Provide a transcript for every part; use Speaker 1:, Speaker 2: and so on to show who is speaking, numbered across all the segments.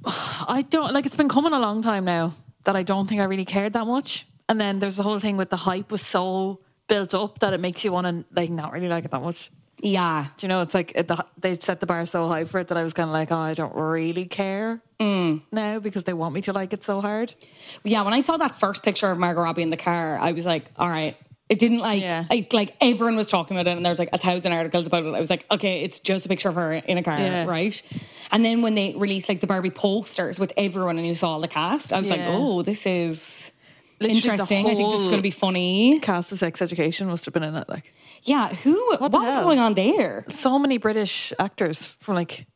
Speaker 1: I don't like it's been coming a long time now that I don't think I really cared that much. And then there's the whole thing with the hype was so built up that it makes you want to like not really like it that much.
Speaker 2: Yeah,
Speaker 1: Do you know? It's like it, the, they set the bar so high for it that I was kind of like, oh, I don't really care
Speaker 2: Mm.
Speaker 1: now because they want me to like it so hard.
Speaker 2: yeah. When I saw that first picture of Margot Robbie in the car, I was like, all right. It didn't like,
Speaker 1: Yeah.
Speaker 2: I, like everyone was talking about it, and there was like a thousand articles about it. I was like, okay, it's just a picture of her in a car,
Speaker 1: Yeah.
Speaker 2: right? And then when they released like the Barbie posters with everyone, and you saw all the cast, I was like,
Speaker 1: Yeah.
Speaker 2: oh, this is
Speaker 1: Literally the
Speaker 2: interesting. I think this is
Speaker 1: whole
Speaker 2: going to be funny.
Speaker 1: Cast of Sex Education must have been in it. Like
Speaker 2: Yeah, who? What,
Speaker 1: the
Speaker 2: was
Speaker 1: hell?
Speaker 2: going on there?
Speaker 1: so many British actors from like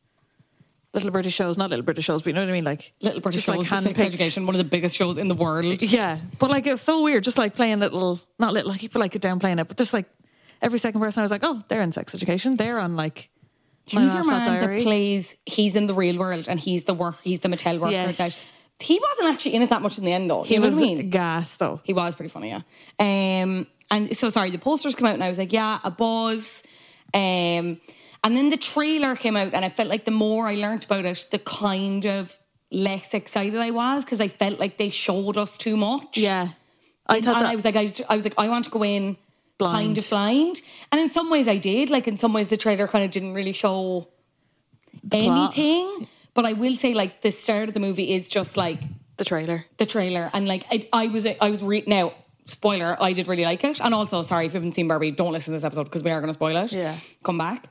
Speaker 1: little British shows, not little British shows, but you know what I mean, like
Speaker 2: Little British
Speaker 1: just, like,
Speaker 2: Shows, Sex
Speaker 1: handpicked-
Speaker 2: Education, one of the biggest shows in the world.
Speaker 1: Yeah, but like it was so weird, just like playing little, not little, like people like it downplaying it, but just like every second person, I was like, oh, they're in sex education, they're on like. My
Speaker 2: Who's your
Speaker 1: Last Fat
Speaker 2: man that
Speaker 1: Diary.
Speaker 2: plays? He's in the real world and he's the work. He's the Mattel worker.
Speaker 1: Yes.
Speaker 2: That, he wasn't actually in it that much in the end, though. You
Speaker 1: He
Speaker 2: know
Speaker 1: was
Speaker 2: what I mean?
Speaker 1: gas though.
Speaker 2: he was pretty funny, yeah. Um, and so sorry, the posters come out and I was like, yeah, a buzz. Um, and then the trailer came out and I felt like the more I learnt about it, the kind of less excited I was because I felt like they showed us too much.
Speaker 1: Yeah, I thought
Speaker 2: and
Speaker 1: that
Speaker 2: I was like, I was, I was like, I want to go in kind
Speaker 1: Blind.
Speaker 2: of blind, and in some ways I did. Like in some ways, the trailer kind of didn't really show
Speaker 1: plot.
Speaker 2: anything. But I will say, like the start of the movie is just like
Speaker 1: the trailer.
Speaker 2: the trailer, and like I, I was, I was re- now spoiler. I did really like it, and also sorry if you haven't seen Barbie, don't listen to this episode because we are going to spoil it.
Speaker 1: Yeah.
Speaker 2: come back.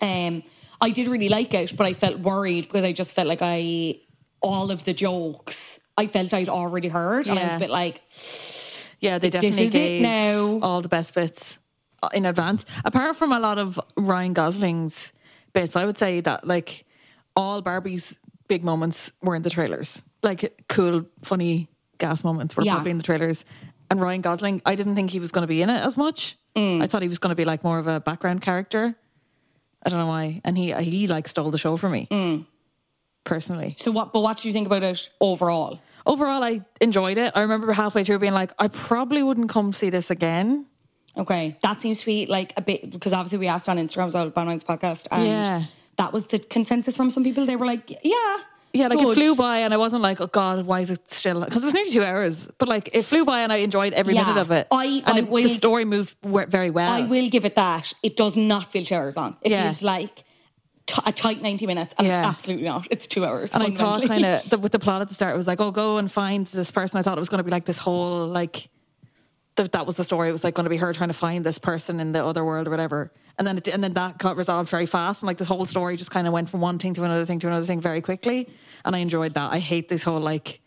Speaker 2: Um, I did really like it, but I felt worried because I just felt like I all of the jokes I felt I'd already heard, and I was
Speaker 1: Yeah.
Speaker 2: a bit like.
Speaker 1: Yeah, they
Speaker 2: this
Speaker 1: definitely
Speaker 2: is it
Speaker 1: gave
Speaker 2: now.
Speaker 1: all the best bits. in advance. Apart from a lot of Ryan Gosling's bits, I would say that like all Barbie's big moments were in the trailers. Like cool, funny gas moments were
Speaker 2: Yeah.
Speaker 1: probably in the trailers. And Ryan Gosling, I didn't think he was going to be in it as much.
Speaker 2: Mm.
Speaker 1: I thought he was going to be like more of a background character. I don't know why. And he he like stole the show from me.
Speaker 2: Mm.
Speaker 1: Personally,
Speaker 2: So what? But what do you think about it overall?
Speaker 1: overall, I enjoyed it. I remember halfway through being like, I probably wouldn't come see this again.
Speaker 2: Okay, that seems to be like a bit because obviously we asked on Instagram as well, Bandwagon's podcast, and
Speaker 1: Yeah.
Speaker 2: that was the consensus from some people. They were like, "Yeah,
Speaker 1: Yeah, like it
Speaker 2: good.
Speaker 1: flew by, and I wasn't like, oh god, why is it still? Because it was nearly two hours, but like it flew by, and I enjoyed every
Speaker 2: Yeah.
Speaker 1: minute of it.
Speaker 2: I-
Speaker 1: and
Speaker 2: I
Speaker 1: it-
Speaker 2: will-
Speaker 1: the story moved we- very well.
Speaker 2: I will give it that. It does not feel two hours long. It
Speaker 1: Yeah.
Speaker 2: feels like t- a tight ninety minutes, and
Speaker 1: Yeah.
Speaker 2: it's absolutely not. It's two hours.
Speaker 1: And I thought
Speaker 2: fundamentally.
Speaker 1: kind of with the plot at the start, it was like, oh, go and find this person. I thought it was going to be like this whole like that that was the story. It was like going to be her trying to find this person in the other world or whatever. And then it, and then that got resolved very fast. And like this whole story just kind of went from one thing to another thing to another thing very quickly. And I enjoyed that. I hate this whole like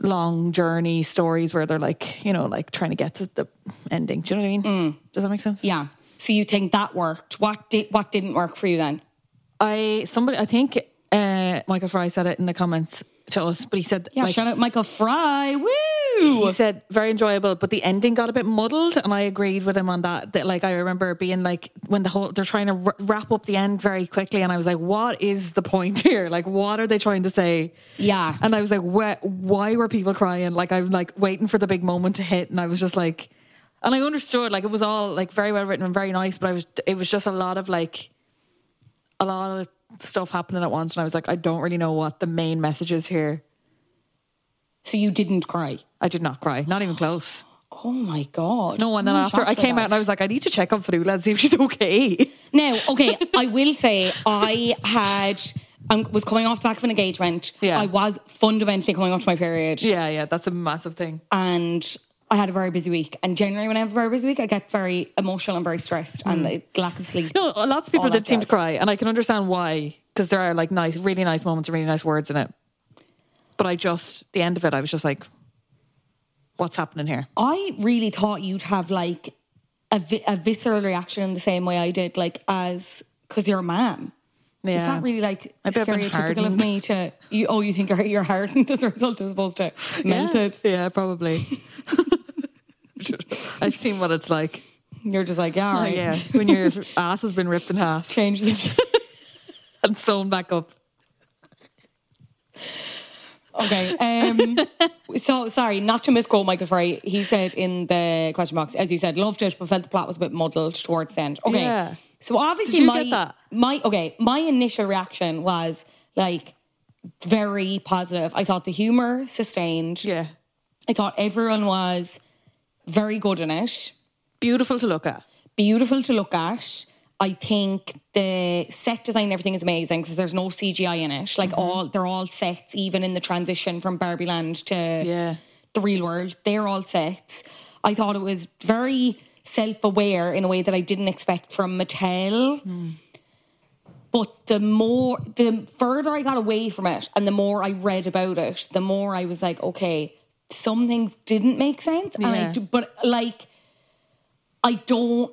Speaker 1: long journey stories where they're like you know like trying to get to the ending. Do you know what I mean? Does that make sense?
Speaker 2: Mm. yeah. So you think that worked? What did what didn't work for you then?
Speaker 1: I somebody I think uh, Michael Fry said it in the comments to us, but he said
Speaker 2: Yeah,
Speaker 1: like,
Speaker 2: shout out Michael Fry. Woo!
Speaker 1: he said very enjoyable, but the ending got a bit muddled, and I agreed with him on that. That like I remember being like when the whole they're trying to wra- wrap up the end very quickly, and I was like, what is the point here? Like, what are they trying to say?
Speaker 2: Yeah.
Speaker 1: and I was like, where, why were people crying? Like I'm like waiting for the big moment to hit, and I was just like, and I understood like it was all like very well written and very nice, but I was it was just a lot of like a lot of stuff happening at once, and I was like, I don't really know what the main message is here.
Speaker 2: So you didn't cry.
Speaker 1: I did not cry, not even close.
Speaker 2: Oh my god!
Speaker 1: No, and then
Speaker 2: I'm
Speaker 1: after
Speaker 2: shocked
Speaker 1: I
Speaker 2: by
Speaker 1: came out
Speaker 2: that.
Speaker 1: and I was like, I need to check on Fanula and see if she's okay.
Speaker 2: Now, okay, I will say I had I was coming off the back of an engagement.
Speaker 1: Yeah.
Speaker 2: I was fundamentally coming up to my period.
Speaker 1: yeah, yeah, that's a massive thing.
Speaker 2: And I had a very busy week. And generally when I have a very busy week, I get very emotional and very stressed and like, lack of sleep.
Speaker 1: Mm. No, lots of people
Speaker 2: All
Speaker 1: did
Speaker 2: that
Speaker 1: seem to
Speaker 2: jazz.
Speaker 1: cry, and I can understand why because there are like nice, really nice moments and really nice words in it. But I just the end of it, I was just like, what's happening here?
Speaker 2: I really thought you'd have like a, vi- a visceral reaction in the same way I did, like as because you're a mom.
Speaker 1: Yeah.
Speaker 2: Is that really like
Speaker 1: Maybe I've been
Speaker 2: stereotypical of
Speaker 1: hardened.
Speaker 2: me to you? Oh, you think you're, you're hardened as a result as opposed to melted?
Speaker 1: Yeah, yeah probably. I've seen what it's like.
Speaker 2: You're just like, yeah, all
Speaker 1: Oh,
Speaker 2: right.
Speaker 1: yeah, when your ass has been ripped in half
Speaker 2: Change the.
Speaker 1: and sewn back up.
Speaker 2: Okay. Um, so sorry, not to misquote Michael Fry. He said in the question box, as you said, loved it, but felt the plot was a bit muddled towards the end. Okay.
Speaker 1: Yeah.
Speaker 2: So obviously,
Speaker 1: Did you
Speaker 2: my
Speaker 1: get that?
Speaker 2: my okay, my initial reaction was like very positive. I thought the humor sustained.
Speaker 1: Yeah,
Speaker 2: I thought everyone was very good in it
Speaker 1: beautiful to look at.
Speaker 2: beautiful to look at. I think the set design and everything is amazing because there's no CGI in it.
Speaker 1: Mm-hmm.
Speaker 2: Like all they're all sets, even in the transition from Barbie Land to
Speaker 1: Yeah.
Speaker 2: the real world. They're all sets. I thought it was very self-aware in a way that I didn't expect from Mattel.
Speaker 1: Mm.
Speaker 2: But the more the further I got away from it and the more I read about it, the more I was like, okay, some things didn't make sense. And I
Speaker 1: Yeah.
Speaker 2: do, but like I don't.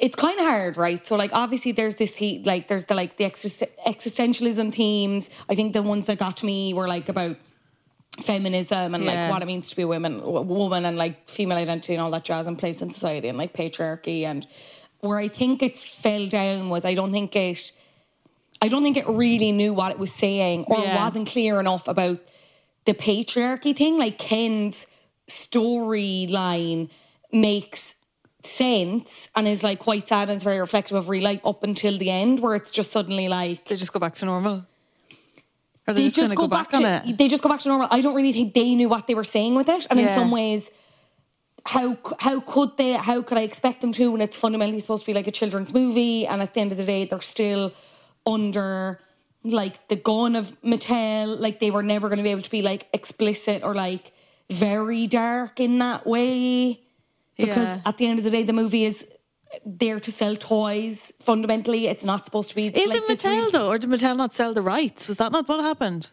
Speaker 2: It's kind of hard, right? So, like, obviously, there's this the, like, there's the like the exist- existentialism themes. I think the ones that got me were like about feminism and
Speaker 1: Yeah.
Speaker 2: like what it means to be a woman, w- woman, and like female identity and all that jazz and place in society and like patriarchy. And where I think it fell down was I don't think it, I don't think it really knew what it was saying or
Speaker 1: Yeah.
Speaker 2: wasn't clear enough about the patriarchy thing. Like Ken's storyline makes sense and is like quite sad and it's very reflective of real life up until the end where it's just suddenly like
Speaker 1: They just go back to normal. Or
Speaker 2: they
Speaker 1: they just,
Speaker 2: just
Speaker 1: kinda
Speaker 2: go, back, to
Speaker 1: on it.
Speaker 2: they just go back to normal. I don't really think they knew what they were saying with it, and in
Speaker 1: Yeah.
Speaker 2: some ways, how c- how could they? How could I expect them to? When it's fundamentally supposed to be like a children's movie, and at the end of the day, they're still under like the gun of Mattel. Like they were never going to be able to be like explicit or like very dark in that way, because
Speaker 1: Yeah.
Speaker 2: at the end of the day, the movie is. There to sell toys. Fundamentally, it's not supposed to be.
Speaker 1: Is
Speaker 2: like,
Speaker 1: it
Speaker 2: this
Speaker 1: Mattel though, or did Mattel not sell the rights? Was that not what happened?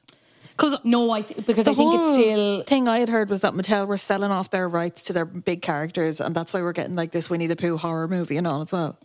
Speaker 1: Because
Speaker 2: No, I th- because I think it's still
Speaker 1: thing I had heard was that Mattel were selling off their rights to their big characters, and that's why we're getting like this Winnie the Pooh horror movie and all as well.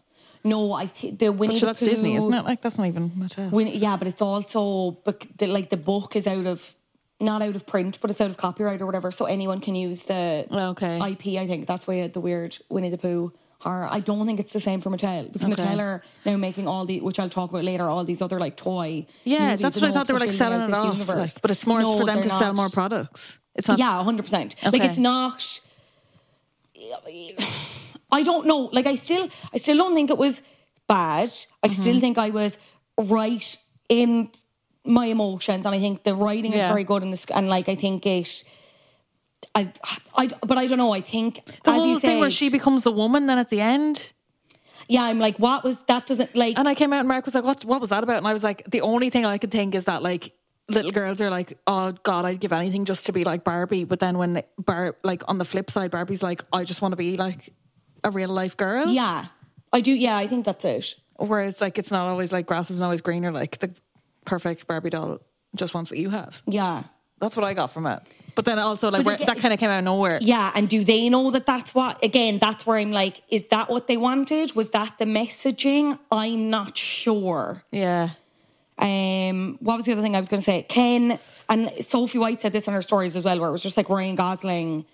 Speaker 2: no. I th- the Winnie
Speaker 1: But
Speaker 2: the
Speaker 1: sure, that's
Speaker 2: Pooh-
Speaker 1: Disney, isn't it? Like that's not even Mattel.
Speaker 2: Winnie, yeah, but it's also but the, like the book is out of not out of print, but it's out of copyright or whatever, so anyone can use the
Speaker 1: Okay.
Speaker 2: IP. I think that's why the weird Winnie the Pooh. horror. I don't think it's the same for Mattel because
Speaker 1: Okay.
Speaker 2: Mattel are now making all the, which I'll talk about later, all these other like toy.
Speaker 1: yeah,
Speaker 2: movies
Speaker 1: that's
Speaker 2: in
Speaker 1: what I
Speaker 2: hopes
Speaker 1: thought they
Speaker 2: of
Speaker 1: were like
Speaker 2: building
Speaker 1: selling
Speaker 2: out
Speaker 1: it
Speaker 2: this
Speaker 1: off.
Speaker 2: universe.
Speaker 1: like, but it's more
Speaker 2: No,
Speaker 1: for them
Speaker 2: they're
Speaker 1: to sell
Speaker 2: not.
Speaker 1: more products. It's not.
Speaker 2: Yeah, hundred percent. Like
Speaker 1: Okay.
Speaker 2: it's not. I don't know. Like I still, I still don't think it was bad. I
Speaker 1: Mm-hmm.
Speaker 2: still think I was right in my emotions, and I think the writing is
Speaker 1: Yeah.
Speaker 2: very good in this. And like I think it, I, I, but I don't know. I think
Speaker 1: The
Speaker 2: as
Speaker 1: whole
Speaker 2: you
Speaker 1: thing where
Speaker 2: said-
Speaker 1: she becomes the woman, then at the end,
Speaker 2: yeah, I'm like, what was that? Doesn't like.
Speaker 1: and I came out and Mark was like, "What? What was that about?" And I was like, "The only thing I could think is that like little girls are like, oh God, I'd give anything just to be like Barbie." But then when Bar, like on the flip side, Barbie's like, "I just want to be like a real life girl."
Speaker 2: yeah, I do. Yeah, I think that's it.
Speaker 1: Whereas like it's not always like grass isn't always greener. Like the perfect Barbie doll just wants what you have.
Speaker 2: Yeah.
Speaker 1: That's what I got from it. But then also like
Speaker 2: But
Speaker 1: where,
Speaker 2: again-
Speaker 1: that kind of came out of nowhere.
Speaker 2: Yeah, and do they know that that's what? Again, that's where I'm like, is that what they wanted? Was that the messaging? I'm not sure.
Speaker 1: Yeah.
Speaker 2: Um, what was the other thing I was going to say? Ken and Sophie White said this in her stories as well, where it was just like Ryan Gosling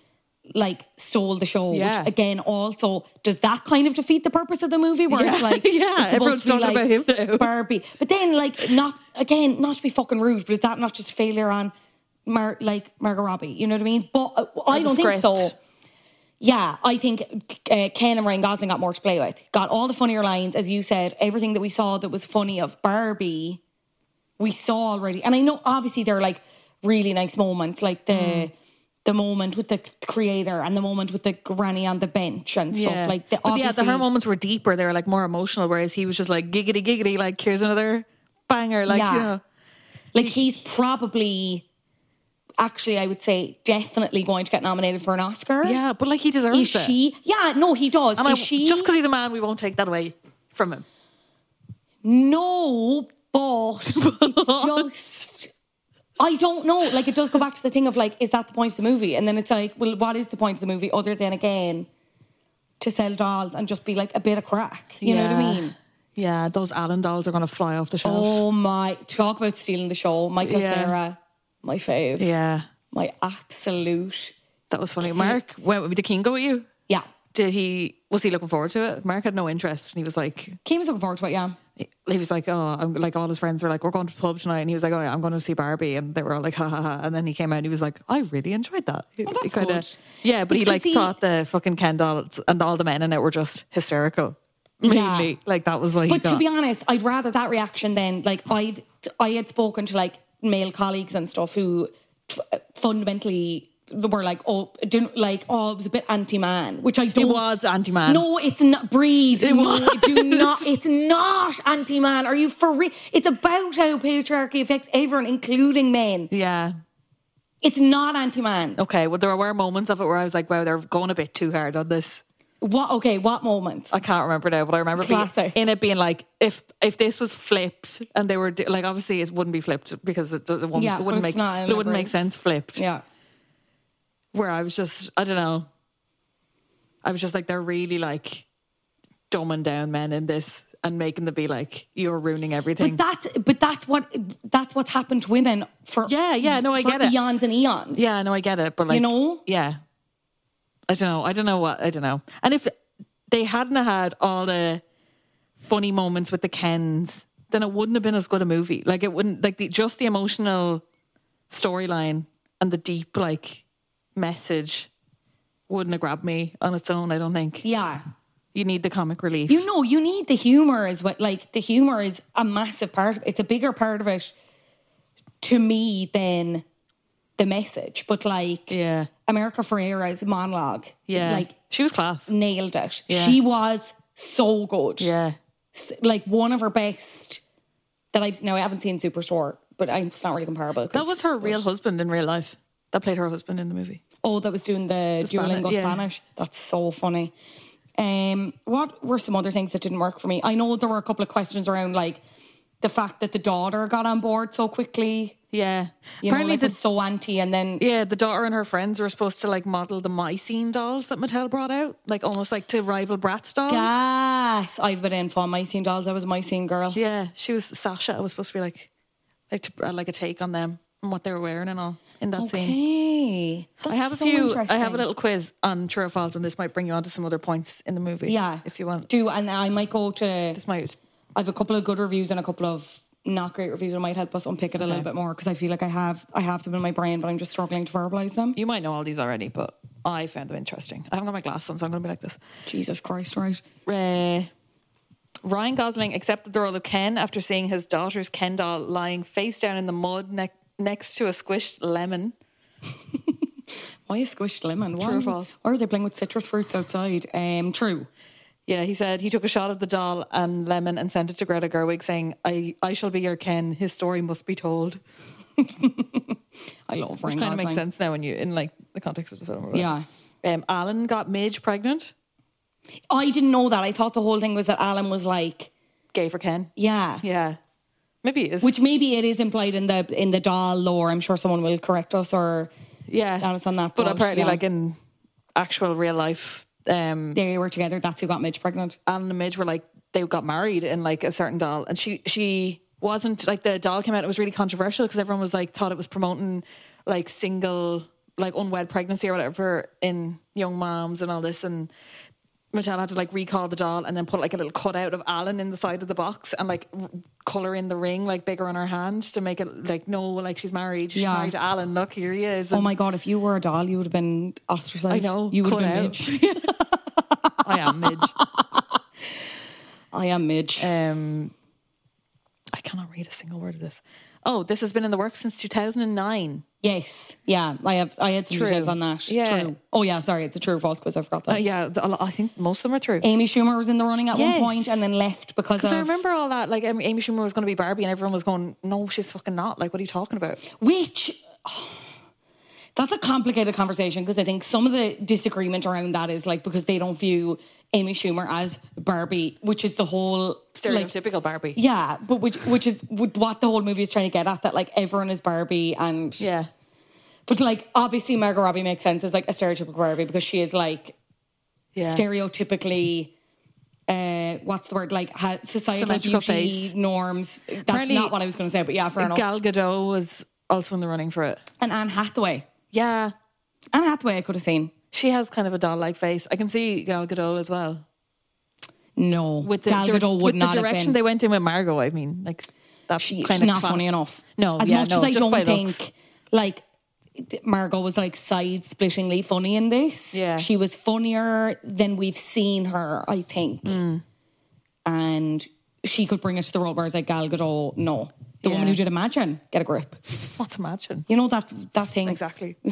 Speaker 2: like stole the show.
Speaker 1: Yeah.
Speaker 2: Which again, also does that kind of defeat the purpose of the movie? Where it's
Speaker 1: Yeah,
Speaker 2: like,
Speaker 1: yeah,
Speaker 2: it's supposed
Speaker 1: everyone's
Speaker 2: to be
Speaker 1: talking
Speaker 2: like
Speaker 1: about him now.
Speaker 2: Barbie, but then like not again, not to be fucking rude, but is that not just a failure on Mar- like Margot Robbie? You know what I mean? But uh, I
Speaker 1: the
Speaker 2: don't think so.
Speaker 1: script.
Speaker 2: Yeah, I think uh, Ken and Ryan Gosling got more to play with. Got all the funnier lines, as you said. Everything that we saw that was funny of Barbie, we saw already. And I know, obviously, there are like really nice moments, like the
Speaker 1: Mm.
Speaker 2: the moment with the creator and the moment with the granny on the bench and
Speaker 1: Yeah.
Speaker 2: stuff like the
Speaker 1: but yeah, the
Speaker 2: obviously-
Speaker 1: her moments were deeper. They were like more emotional, whereas he was just like giggity giggity, like here's another banger. Like
Speaker 2: Yeah.
Speaker 1: you know,
Speaker 2: Like he's probably, actually, I would say, definitely going to get nominated for an Oscar.
Speaker 1: yeah. But like he deserves
Speaker 2: Is
Speaker 1: it.
Speaker 2: she? Yeah, no, he does.
Speaker 1: And I,
Speaker 2: is she?
Speaker 1: just because he's a man, we won't take that away from him.
Speaker 2: No, but it's just. I don't know. Like, it does go back to the thing of like, is that the point of the movie? And then it's like, well, what is the point of the movie other than again to sell dolls and just be like a bit of crack? You know what I mean?
Speaker 1: Yeah, those Allen dolls are gonna fly off the shelf.
Speaker 2: Oh my! Talk about stealing the show, Michael
Speaker 1: Yeah.
Speaker 2: Sarah, my fave,
Speaker 1: Yeah,
Speaker 2: my absolute.
Speaker 1: that was funny. Mark went with the king go with you.
Speaker 2: Yeah,
Speaker 1: Did he? Was he looking forward to it? Mark had no interest, and he was like,
Speaker 2: Kim was looking forward to it. Yeah,
Speaker 1: he was like, oh, I'm like all his friends were like, we're going to the pub tonight, and he was like, oh, yeah, I'm going to see Barbie, and they were all like, ha ha ha, and then he came out and he was like, I really enjoyed that.
Speaker 2: Oh,
Speaker 1: He
Speaker 2: that's
Speaker 1: kinda-
Speaker 2: good.
Speaker 1: Yeah, but
Speaker 2: It's
Speaker 1: he
Speaker 2: 'cause
Speaker 1: like
Speaker 2: he-
Speaker 1: thought the fucking Ken dolls and all the men in it were just hysterical.
Speaker 2: Yeah.
Speaker 1: Mainly, like that was what he
Speaker 2: But
Speaker 1: got.
Speaker 2: to be honest, I'd rather that reaction than like I've I had spoken to like male colleagues and stuff who t- fundamentally were like oh it didn't like oh it was a bit anti man, which I don't.
Speaker 1: was anti-man.
Speaker 2: No, it's not breed.
Speaker 1: It
Speaker 2: no,
Speaker 1: was.
Speaker 2: do not. It's not anti man. Are you for real? It's about how patriarchy affects everyone, including men.
Speaker 1: yeah.
Speaker 2: It's not anti man.
Speaker 1: Okay. Well, there were moments of it where I was like, wow, they're going a bit too hard on this.
Speaker 2: What? Okay, what moment?
Speaker 1: I can't remember now, but I remember being,
Speaker 2: Classic.
Speaker 1: in it being like, if if this was flipped and they were do- like, obviously it wouldn't be flipped because it, does- it wouldn't,
Speaker 2: Yeah,
Speaker 1: it
Speaker 2: but
Speaker 1: wouldn't
Speaker 2: it's
Speaker 1: make
Speaker 2: not, it
Speaker 1: it wouldn't
Speaker 2: never
Speaker 1: make
Speaker 2: is.
Speaker 1: sense flipped.
Speaker 2: Yeah.
Speaker 1: where I was just, I don't know. I was just like, they're really like dumbing down men in this and making them be like, you're ruining everything.
Speaker 2: But that's but that's what that's what's happened to women for
Speaker 1: Yeah, yeah, no, I
Speaker 2: for
Speaker 1: get it.
Speaker 2: eons and eons.
Speaker 1: yeah, no, I get it. But like,
Speaker 2: know?
Speaker 1: Yeah. I don't know. I don't know what, I don't know. And if they hadn't had all the funny moments with the Kens, then it wouldn't have been as good a movie. Like, it wouldn't, like, the, just the emotional storyline and the deep, like, message wouldn't have grabbed me on its own, I don't think.
Speaker 2: yeah.
Speaker 1: You need the comic relief.
Speaker 2: You know, you need the humor is what like the humor is a massive part. Of, it's a bigger part of it to me than the message. But like,
Speaker 1: Yeah.
Speaker 2: America Ferrera's monologue,
Speaker 1: Yeah.
Speaker 2: like
Speaker 1: she was class.
Speaker 2: nailed it.
Speaker 1: Yeah.
Speaker 2: She was so good.
Speaker 1: Yeah.
Speaker 2: S- like one of her best that I've now I haven't seen Superstore, but I, it's not really comparable. 'cause-
Speaker 1: That was her real husband in real life. That played her husband in the movie.
Speaker 2: Oh, that was doing the,
Speaker 1: Spani-
Speaker 2: Duolingo
Speaker 1: yeah.
Speaker 2: Spanish. That's so funny. Um, what were some other things that didn't work for me? I know there were a couple of questions around like the fact that the daughter got on board so quickly.
Speaker 1: Yeah.
Speaker 2: You
Speaker 1: Apparently,
Speaker 2: know, like
Speaker 1: the
Speaker 2: was so anti, and then
Speaker 1: Yeah, the daughter and her friends were supposed to like model the Mycene dolls that Mattel brought out, like almost like to rival Bratz dolls.
Speaker 2: yes, I've been in for my scene dolls. I was my scene girl.
Speaker 1: Yeah, she was Sasha. I was supposed to be like, like to, uh, like a take on them and what they were wearing and all in that scene.
Speaker 2: Okay,
Speaker 1: I
Speaker 2: That's
Speaker 1: have a
Speaker 2: so
Speaker 1: few. I have
Speaker 2: interesting.
Speaker 1: a little quiz on true or false, and this might bring you on to some other points in the movie.
Speaker 2: Yeah,
Speaker 1: if you want.
Speaker 2: do, and I might go to.
Speaker 1: This might.
Speaker 2: I have a couple of good reviews and a couple of not great reviews that might help us unpick it a little bit more because I feel like I have I have them in my brain, but I'm just struggling to verbalize them.
Speaker 1: You might know all these already, but I found them interesting. I haven't got my glasses on, so I'm going to be like this.
Speaker 2: Jesus Christ, right?
Speaker 1: Uh, Ryan Gosling accepted the role of Ken after seeing his daughter's Ken doll lying face down in the mud ne- next to a squished lemon.
Speaker 2: Why a squished lemon? Why,
Speaker 1: True or false?
Speaker 2: Why are they playing with citrus fruits outside? Um, true.
Speaker 1: Yeah, he said he took a shot of the doll and lemon and sent it to Greta Gerwig, saying, "I, I shall be your Ken. His story must be told."
Speaker 2: I love
Speaker 1: Which
Speaker 2: Ryan
Speaker 1: kind of makes
Speaker 2: Gosling.
Speaker 1: sense now when you in like the context of the film. or
Speaker 2: Yeah.
Speaker 1: whatever. Um, Alan got Midge pregnant,
Speaker 2: I didn't know that. I thought the whole thing was that Alan was like,
Speaker 1: gay for Ken.
Speaker 2: yeah.
Speaker 1: Yeah, maybe it's
Speaker 2: Which maybe it is implied in the in the doll lore. I'm sure someone will correct us or
Speaker 1: yeah.
Speaker 2: Alice on that
Speaker 1: but
Speaker 2: boat,
Speaker 1: apparently,
Speaker 2: yeah.
Speaker 1: like in actual real life, um,
Speaker 2: they were together. That's who got Midge pregnant.
Speaker 1: Alan and Midge were like they got married in like a certain doll, and she she wasn't like the doll came out. It was really controversial because everyone was like thought it was promoting like single like unwed pregnancy or whatever in young moms and all this and. Mattel had to like recall the doll and then put like a little cutout of Alan in the side of the box and like r- color in the ring like bigger on her hand to make it like no like she's married she's
Speaker 2: Yeah.
Speaker 1: married to Alan look here he is
Speaker 2: Oh my god! If you were a doll, you would have been ostracized.
Speaker 1: I know,
Speaker 2: You would have
Speaker 1: cut out.
Speaker 2: been Midge.
Speaker 1: I am Midge
Speaker 2: I am Midge.
Speaker 1: Um, I cannot read a single word of this. Oh, this has been in the works since 2009.
Speaker 2: Yes. Yeah. I have. I had some
Speaker 1: True.
Speaker 2: details on that.
Speaker 1: Yeah.
Speaker 2: True. Oh yeah. Sorry, it's a true or false quiz. I forgot that.
Speaker 1: Uh, yeah, th- a lo- I think most of them are through.
Speaker 2: Amy Schumer was in the running at
Speaker 1: Yes.
Speaker 2: one point and then left because of.
Speaker 1: Because I remember all that, like Amy Amy Schumer was going to be Barbie, and everyone was going, "No, she's fucking not." Like, what are you talking about?
Speaker 2: which. oh, that's a complicated conversation because I think some of the disagreement around that is like because they don't view Amy Schumer as Barbie, which is the whole like,
Speaker 1: Stereotypical Barbie.
Speaker 2: yeah, but which which is with what the whole movie is trying to get at that like everyone is Barbie and
Speaker 1: yeah,
Speaker 2: but like obviously Margot Robbie makes sense as like a stereotypical Barbie because she is like
Speaker 1: yeah.
Speaker 2: stereotypically uh, what's the word like ha- societal
Speaker 1: Symmetrical
Speaker 2: beauty
Speaker 1: face.
Speaker 2: norms. That's
Speaker 1: Apparently-
Speaker 2: not what I was going to say, but yeah, fair enough.
Speaker 1: Gal Gadot was also in the running for it.
Speaker 2: and Anne Hathaway,
Speaker 1: Yeah,
Speaker 2: Anne Hathaway, I could have seen.
Speaker 1: she has kind of a doll-like face. I can see Gal Gadot as well.
Speaker 2: No,
Speaker 1: With the,
Speaker 2: Gal
Speaker 1: dir-
Speaker 2: Gadot would
Speaker 1: with
Speaker 2: not
Speaker 1: the
Speaker 2: have
Speaker 1: direction
Speaker 2: been.
Speaker 1: they went in with Margot, I mean, like that
Speaker 2: She-
Speaker 1: kind
Speaker 2: she's
Speaker 1: of
Speaker 2: not
Speaker 1: cla-
Speaker 2: funny enough.
Speaker 1: No,
Speaker 2: as
Speaker 1: yeah,
Speaker 2: much
Speaker 1: no,
Speaker 2: as I
Speaker 1: just
Speaker 2: don't
Speaker 1: by
Speaker 2: think
Speaker 1: looks.
Speaker 2: like Margot was like side-splittingly funny in this.
Speaker 1: Yeah.
Speaker 2: she was funnier than we've seen her. I think,
Speaker 1: Hmm.
Speaker 2: and she could bring it to the role. Whereas like Gal Gadot, no, the woman
Speaker 1: Yeah.
Speaker 2: who did Imagine, get a grip.
Speaker 1: What's imagine?
Speaker 2: You know that that thing
Speaker 1: Exactly.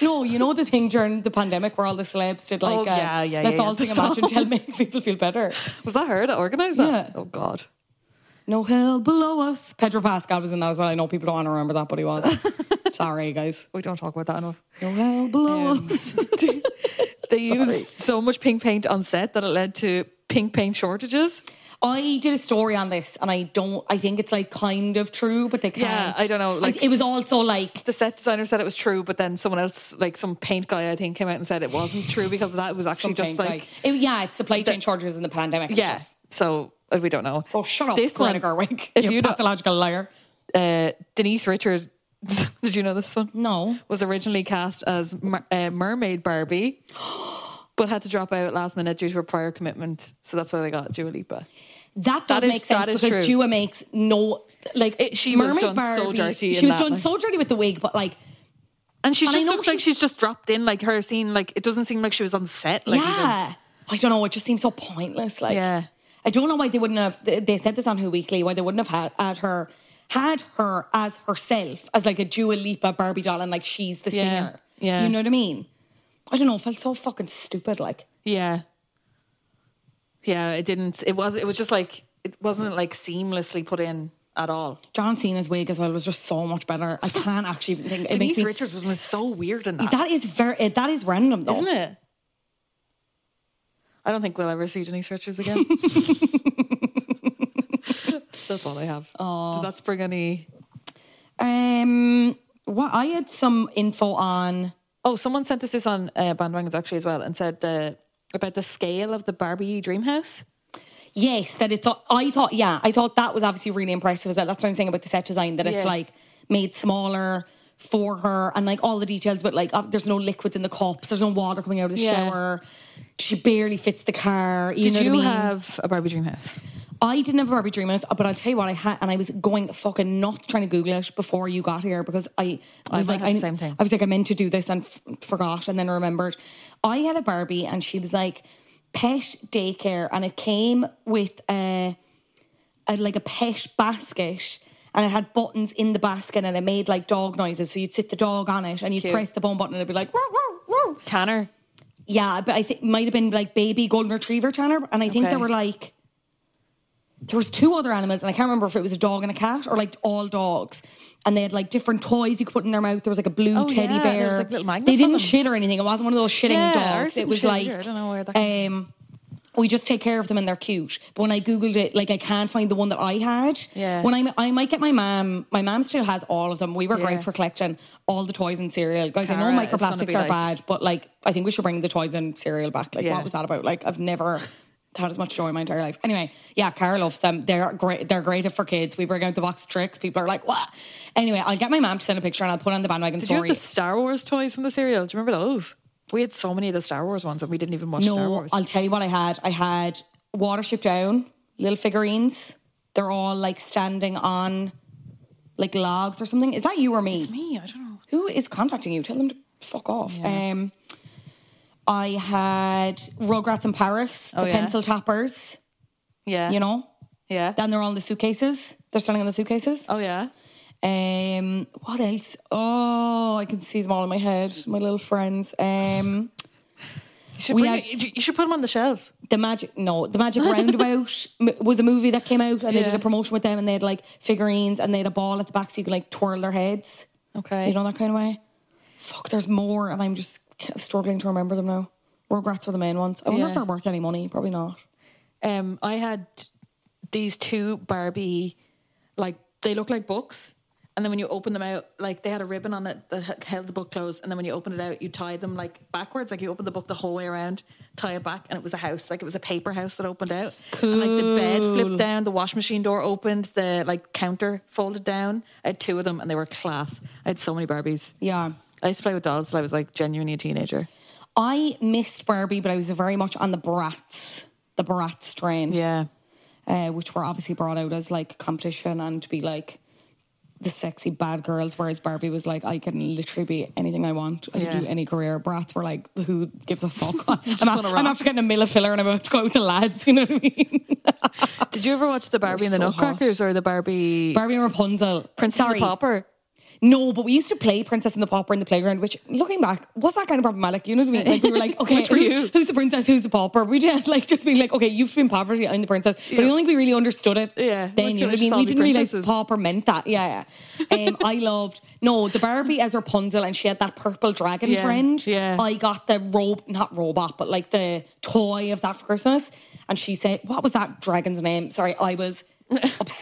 Speaker 2: No, you know the thing during the pandemic where all the celebs did like,
Speaker 1: Oh,
Speaker 2: uh,
Speaker 1: yeah, yeah,
Speaker 2: let's
Speaker 1: yeah,
Speaker 2: all
Speaker 1: yeah.
Speaker 2: sing Imagine to help make people feel better.
Speaker 1: Was that her that organised that?
Speaker 2: Yeah.
Speaker 1: Oh God.
Speaker 2: No hell below us. Pedro Pascal was in that as well. I know people don't want to remember that, but he was. Sorry, guys.
Speaker 1: We don't talk about that enough.
Speaker 2: No hell below
Speaker 1: Um,
Speaker 2: us.
Speaker 1: They used so much pink paint on set that it led to pink paint shortages.
Speaker 2: I did a story on this, and I don't. I think it's like kind of true, but they can't.
Speaker 1: Yeah, I don't know, like-
Speaker 2: it was also like
Speaker 1: The set designer said it was true, but then someone else, like some paint guy, I think, came out and said it wasn't true because of that. It was actually
Speaker 2: something
Speaker 1: just like,
Speaker 2: it- yeah, it's supply chain charges in the pandemic. and
Speaker 1: yeah.
Speaker 2: stuff.
Speaker 1: So uh, we don't know.
Speaker 2: So Oh, shut up,
Speaker 1: This
Speaker 2: Greta
Speaker 1: one,
Speaker 2: Gerwig.
Speaker 1: if
Speaker 2: you
Speaker 1: you don't-
Speaker 2: pathological liar.
Speaker 1: uh, Denise Richards, did you know this one?
Speaker 2: No.
Speaker 1: Was originally cast as Mer- uh, Mermaid Barbie, but had to drop out last minute due to a prior commitment. So that's why they got Dua Lipa.
Speaker 2: That does
Speaker 1: That is-
Speaker 2: make sense
Speaker 1: that is
Speaker 2: because
Speaker 1: true.
Speaker 2: Dua makes no like
Speaker 1: It- she was done so dirty
Speaker 2: She
Speaker 1: in
Speaker 2: was
Speaker 1: that,
Speaker 2: done
Speaker 1: like-
Speaker 2: so dirty with the wig, but like
Speaker 1: And she
Speaker 2: And I
Speaker 1: just
Speaker 2: know
Speaker 1: looks like
Speaker 2: she's-
Speaker 1: she's just dropped in, like her scene. Like it doesn't seem like she was on set. Like, even.
Speaker 2: yeah, I don't know. It just seems so pointless. Like
Speaker 1: Yeah.
Speaker 2: I don't know why they wouldn't have. they- They said this on Who Weekly why they wouldn't have had, had her had her as herself as like a Dua Lipa Barbie doll and like she's the
Speaker 1: Yeah.
Speaker 2: singer.
Speaker 1: Yeah.
Speaker 2: you know what I mean. I don't know. It felt so fucking stupid. Like
Speaker 1: Yeah. Yeah, it didn't. It was. It was just like it wasn't like seamlessly put in at all.
Speaker 2: John Cena's wig as well was just so much better. I can't actually even think. It
Speaker 1: Denise
Speaker 2: makes me,
Speaker 1: Richards was, was so weird in that,
Speaker 2: That is very. That is random though.
Speaker 1: isn't it? I don't think we'll ever see Denise Richards again. That's all I have. Does that spring any
Speaker 2: Um, what I had some info on.
Speaker 1: Oh, someone sent us this on uh, bandwagons actually as well and said uh, about the scale of the Barbie dream house.
Speaker 2: Yes, that it's. I thought, yeah, I thought that was obviously really impressive. As well. That's what I'm saying about the set design that it's
Speaker 1: Yeah.
Speaker 2: like made smaller for her and like all the details. But like, ob- there's no liquids in the cups. There's no water coming out of the
Speaker 1: Yeah.
Speaker 2: shower. She barely fits the car. You
Speaker 1: Did
Speaker 2: know
Speaker 1: you
Speaker 2: what I mean?
Speaker 1: have a Barbie dream house?
Speaker 2: I didn't have a Barbie dream, house, but I'll tell you what I had, and I was going fucking nuts trying to Google it before you got here because I
Speaker 1: I
Speaker 2: was
Speaker 1: might
Speaker 2: like,
Speaker 1: have
Speaker 2: I,
Speaker 1: the same thing.
Speaker 2: I was like, I meant to do this and f- forgot, and then I remembered. I had a Barbie, and she was like pet daycare, and it came with a, a like a pet basket. And it had buttons in the basket and it made like dog noises. So you'd sit the dog on it and you'd
Speaker 1: Cute.
Speaker 2: press the bone button and it'd be like, woo, woo, woo.
Speaker 1: Tanner.
Speaker 2: Yeah, but I think it might have been like baby golden retriever Tanner, and I think
Speaker 1: Okay.
Speaker 2: there were like there was two other animals, and I can't remember if it was a dog and a cat or like all dogs, and they had like different toys you could put in their mouth. There was like a blue
Speaker 1: Oh,
Speaker 2: teddy
Speaker 1: yeah,
Speaker 2: bear.
Speaker 1: there was, like, little magnets
Speaker 2: they
Speaker 1: on
Speaker 2: didn't
Speaker 1: them.
Speaker 2: shit or anything. It wasn't one of those shitting
Speaker 1: Yeah, ours
Speaker 2: dogs. It
Speaker 1: didn't
Speaker 2: was
Speaker 1: shit
Speaker 2: like
Speaker 1: either. I don't know where that came
Speaker 2: um, we just take care of them and they're cute. But when I googled it, like I can't find the one that I had.
Speaker 1: Yeah.
Speaker 2: When I I might get my mom. My mom still has all of them. We were
Speaker 1: Yeah.
Speaker 2: great for collecting all the toys and cereal. Guys, I know
Speaker 1: Cara is gonna
Speaker 2: microplastics
Speaker 1: be
Speaker 2: are
Speaker 1: like-
Speaker 2: bad, but like I think we should bring the toys and cereal back. Like
Speaker 1: Yeah.
Speaker 2: what was that about? Like I've never had as much joy in my entire life. Anyway, yeah, Cara loves them. They're great. They're great for kids. We bring out the box tricks. People are like, what? Anyway, I'll get my mom to send a picture and I'll put it on the bandwagon
Speaker 1: Did you
Speaker 2: story.
Speaker 1: have the Star Wars toys from the cereal? Do you remember those? We had so many of the Star Wars ones and we didn't even watch Star
Speaker 2: No,
Speaker 1: Wars.
Speaker 2: I'll tell you what I had. I had Watership Down, little figurines. They're all like standing on like logs or something. Is that you or me? It's
Speaker 1: Me, I don't know.
Speaker 2: Who is contacting you? Tell them to fuck off. Um, I had Rugrats in Paris, the
Speaker 1: Oh, yeah?
Speaker 2: pencil tappers,
Speaker 1: Yeah.
Speaker 2: you know?
Speaker 1: Yeah.
Speaker 2: Then they're all in the suitcases. They're standing on the suitcases.
Speaker 1: oh, yeah.
Speaker 2: Um, what else? Oh, I can see them all in my head, my little friends. Um,
Speaker 1: You should,
Speaker 2: We
Speaker 1: bring
Speaker 2: had-
Speaker 1: it- you- you should put them on the shelves.
Speaker 2: the magic no the magic roundabout m- was a movie that came out and they did
Speaker 1: Yeah.
Speaker 2: a promotion with them and they had like figurines and they had a ball at the back so you could like twirl their heads
Speaker 1: Okay.
Speaker 2: you know that kind of way fuck there's more and i'm just k- struggling to remember them now regrets were the main ones i wonder if
Speaker 1: Yeah.
Speaker 2: they're worth any money probably not
Speaker 1: um, I had these two Barbie, like they look like books, and then when you open them out, like they had a ribbon on it that h- held the book closed, and then when you open it out, you tie them like backwards, like you open the book the whole way around, tie it back, and it was a house, like it was a paper house that opened out. And like the bed flipped down, the wash machine door opened, the like counter folded down. I had two of them, and they were class. I had so many Barbies.
Speaker 2: yeah
Speaker 1: I used to play with dolls till I was like genuinely a teenager.
Speaker 2: i missed barbie but i was very much on the brats the brats train
Speaker 1: Yeah.
Speaker 2: uh, which were obviously brought out as like competition and to be like the sexy bad girls, whereas Barbie was like, I can literally be anything I want. I
Speaker 1: Yeah.
Speaker 2: can do any career. Brats were like, who gives a fuck? I'm,
Speaker 1: wanna
Speaker 2: after,
Speaker 1: rock.
Speaker 2: I'm after getting a Miller filler and I'm about to go out with the lads, you know what I mean?
Speaker 1: Did you ever watch the Barbie and the
Speaker 2: so hot.
Speaker 1: Nutcrackers or the Barbie,
Speaker 2: Barbie and Rapunzel.
Speaker 1: Princess and
Speaker 2: Sorry.
Speaker 1: the Pauper?
Speaker 2: No, but we used to play Princess and the Pauper in the playground, which looking back was that kind of problematic. You know what I mean? Like we were like, okay,
Speaker 1: Which were
Speaker 2: who's,
Speaker 1: you?
Speaker 2: who's the princess? Who's the pauper? We just like just being like, okay, you've to be in poverty. I'm the princess. But I don't think we really understood it.
Speaker 1: Yeah.
Speaker 2: Then you know
Speaker 1: Like,
Speaker 2: what I mean?
Speaker 1: all
Speaker 2: We
Speaker 1: the
Speaker 2: didn't realize
Speaker 1: princesses.
Speaker 2: pauper meant that. Yeah. yeah. Um, I loved no the Barbie as Rapunzel, and she had that purple dragon
Speaker 1: Yeah,
Speaker 2: friend.
Speaker 1: yeah.
Speaker 2: I got the robe, not robot, but like the toy of that for Christmas. And she said, what was that dragon's name? Sorry, I was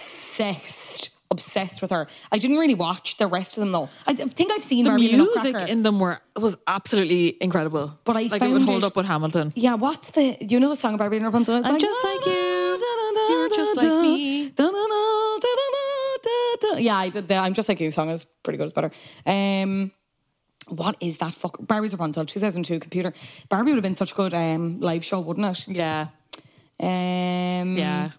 Speaker 2: obsessed, obsessed with her. I didn't really watch the rest of them though. I th- think I've seen
Speaker 1: the
Speaker 2: Barbie the
Speaker 1: music
Speaker 2: Nutcracker.
Speaker 1: in them were was absolutely incredible.
Speaker 2: But I
Speaker 1: like it would
Speaker 2: found
Speaker 1: hold
Speaker 2: it-
Speaker 1: up with Hamilton.
Speaker 2: yeah, what's the you know the song Barbie and Rapunzel? It's
Speaker 1: I'm just like you.
Speaker 2: da-da-da,
Speaker 1: You're just like
Speaker 2: da-da,
Speaker 1: me.
Speaker 2: da-da-da, da-da-da, da-da. Yeah, I did the I'm just like you song is pretty good. It's better. Um, what is that fuck? Barbie's Rapunzel, 2002 computer. Barbie would have been such a good um, live show, wouldn't it?
Speaker 1: Yeah,
Speaker 2: Um,
Speaker 1: yeah.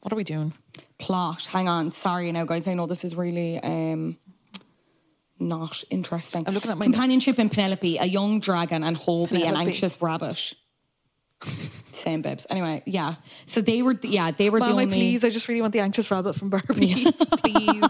Speaker 1: What are we doing?
Speaker 2: plot. Hang on, sorry now, guys. I know this is really um not interesting.
Speaker 1: I'm looking at my-
Speaker 2: companionship in Penelope, a young dragon, and Hobie, an
Speaker 1: Penelope.
Speaker 2: anxious rabbit. Same babes. Anyway, yeah. So they were, yeah, they were the
Speaker 1: Mama,
Speaker 2: only.
Speaker 1: please, I just really want the anxious rabbit from Barbie. please.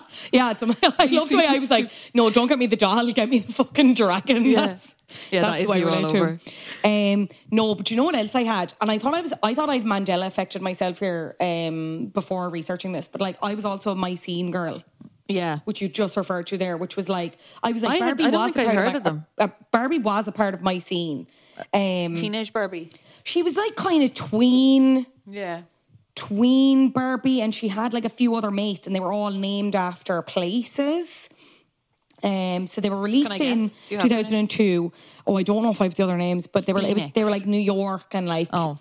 Speaker 2: Yeah, it's, I love the way I
Speaker 1: please,
Speaker 2: was like, no, don't get me the doll, get me the fucking dragon.
Speaker 1: Yeah.
Speaker 2: That's,
Speaker 1: Yeah, that
Speaker 2: that's
Speaker 1: is
Speaker 2: why
Speaker 1: you
Speaker 2: we're
Speaker 1: all
Speaker 2: late to.
Speaker 1: over.
Speaker 2: Um, no, but you know what else I had, and I thought I was, I thought I'd Mandela affected myself here um, before researching this, but like I was also a Mycene girl.
Speaker 1: Yeah.
Speaker 2: which you just referred to there, which was like I was like
Speaker 1: I had-
Speaker 2: Barbie
Speaker 1: I don't
Speaker 2: was
Speaker 1: think
Speaker 2: a
Speaker 1: I
Speaker 2: part
Speaker 1: heard
Speaker 2: my-
Speaker 1: of them.
Speaker 2: uh, Barbie was a part of my scene. Um,
Speaker 1: Teenage Barbie.
Speaker 2: she was like kind of tween,
Speaker 1: Yeah.
Speaker 2: tween Barbie, and she had like a few other mates, and they were all named after places. Um, so they were released
Speaker 1: Can I
Speaker 2: in
Speaker 1: guess? Do you have the name?
Speaker 2: 2002. Oh, I don't know if I have the other names, but they were it was, they were
Speaker 1: Phoenix.
Speaker 2: like New York and like
Speaker 1: Oh.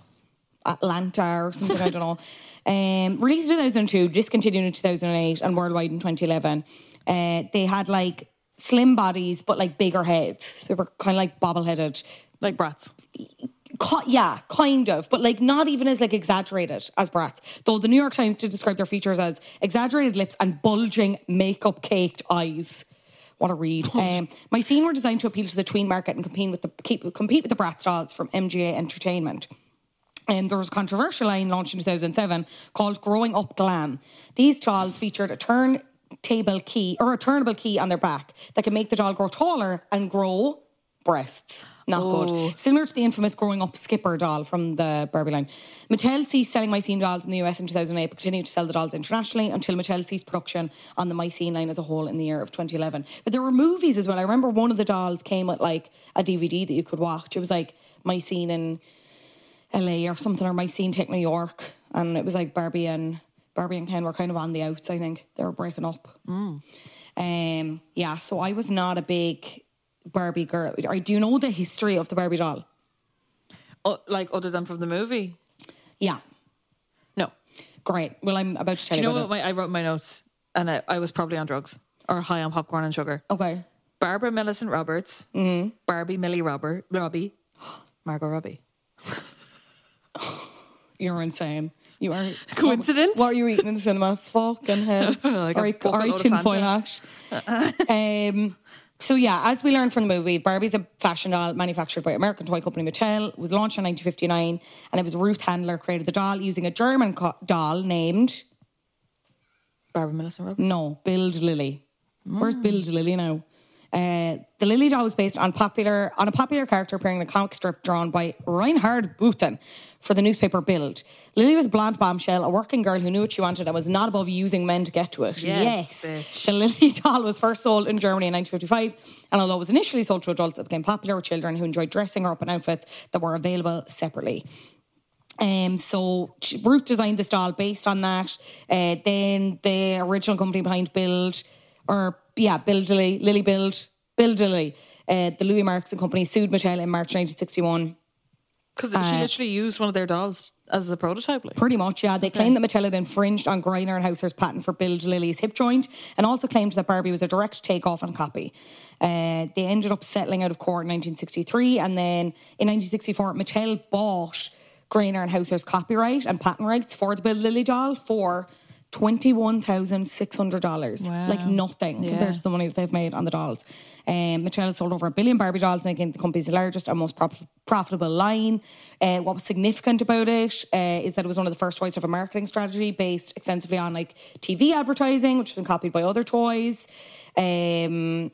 Speaker 2: Atlanta or something. I don't know. Um, released in 2002, discontinued in 2008, and worldwide in 2011. Uh, they had like slim bodies but like bigger heads, so they were kind of like bobbleheaded.
Speaker 1: Like brats.
Speaker 2: Ki- yeah, kind of, but like not even as like exaggerated as brats. Though the New York Times did describe their features as exaggerated lips and bulging makeup caked eyes. What a read! Um, my scene were designed to appeal to the tween market and compete with the keep, compete with the Bratz dolls from MGA Entertainment. And Um, there was a controversial line launched in 2007 called Growing Up Glam. These dolls featured a turntable key or a turnable key on their back that can make the doll grow taller and grow breasts. Not good. Similar to the infamous Growing Up Skipper doll from the Barbie line. Mattel ceased selling Mycene dolls in the US in 2008 but continued to sell the dolls internationally until Mattel ceased production on the Mycene line as a whole in the year of 2011. But there were movies as well. I remember one of the dolls came with like a DVD that you could watch. It was like Mycene and LA or something, or my scene take New York, and it was like Barbie and Barbie and Ken were kind of on the outs. I think they were breaking up.
Speaker 1: Mm.
Speaker 2: Um, yeah, so I was not a big Barbie girl. I do know the history of the Barbie doll.
Speaker 1: Oh, like other than from the movie.
Speaker 2: Yeah,
Speaker 1: No.
Speaker 2: great. Well, I'm about to tell
Speaker 1: Do you
Speaker 2: you,
Speaker 1: know what
Speaker 2: about
Speaker 1: my, I wrote in my notes? And I, I was probably on drugs or high on popcorn and sugar.
Speaker 2: it. Okay, Mm-hmm.
Speaker 1: Barbara Millicent Roberts, Barbie Millie Robert, Robbie, Margot Robbie.
Speaker 2: you're insane. You are
Speaker 1: Coincidence?
Speaker 2: What, what are you eating in the cinema? Fucking hell!
Speaker 1: a
Speaker 2: All right,
Speaker 1: bucket
Speaker 2: all right,
Speaker 1: load of
Speaker 2: tinfoil
Speaker 1: Fanta.
Speaker 2: ash. um, so yeah, as we learned from the movie, Barbie's a fashion doll manufactured by American toy company Mattel. It was launched in 1959, and it was Ruth Handler created the doll using a German co- doll named
Speaker 1: Barbara Millicent Roberts.
Speaker 2: no Build Lily. Where's Build
Speaker 1: Hmm.
Speaker 2: Lily now? Uh, the Lily doll was based on popular on a popular character appearing in a comic strip drawn by Reinhard Buten for the newspaper Bild. Lily was a blonde bombshell, a working girl who knew what she wanted and was not above using men to get to it.
Speaker 1: Yes, bitch.
Speaker 2: The Lily doll was first sold in Germany in 1955, and although it was initially sold to adults, it became popular with children who enjoyed dressing her up in outfits that were available separately. Um, so she- Ruth designed this doll based on that. Uh, then the original company behind Build, or yeah, Build Lily, Lily Build, Build Lily, uh, the Louis Marks and Company sued Mattel in March 1961.
Speaker 1: Because she literally used one of their dolls as the prototype. Like.
Speaker 2: Pretty much, yeah. They claimed that Mattel had infringed on Greiner and Hauser's patent for Build Lily's hip joint and also claimed that Barbie was a direct takeoff and copy. Uh, they ended up settling out of court in 1963 and then in 1964, Mattel bought Greiner and Hauser's copyright and patent rights for the Build Lily doll for $21,600. Like nothing compared to the money that they've made on the dolls. Um, Mattel has sold over a billion Barbie dolls, making it the company's largest and most prof- profitable line. Uh, what was significant about it uh, is that it was one of the first toys to have a marketing strategy based extensively on like TV advertising, which has been copied by other toys. Um,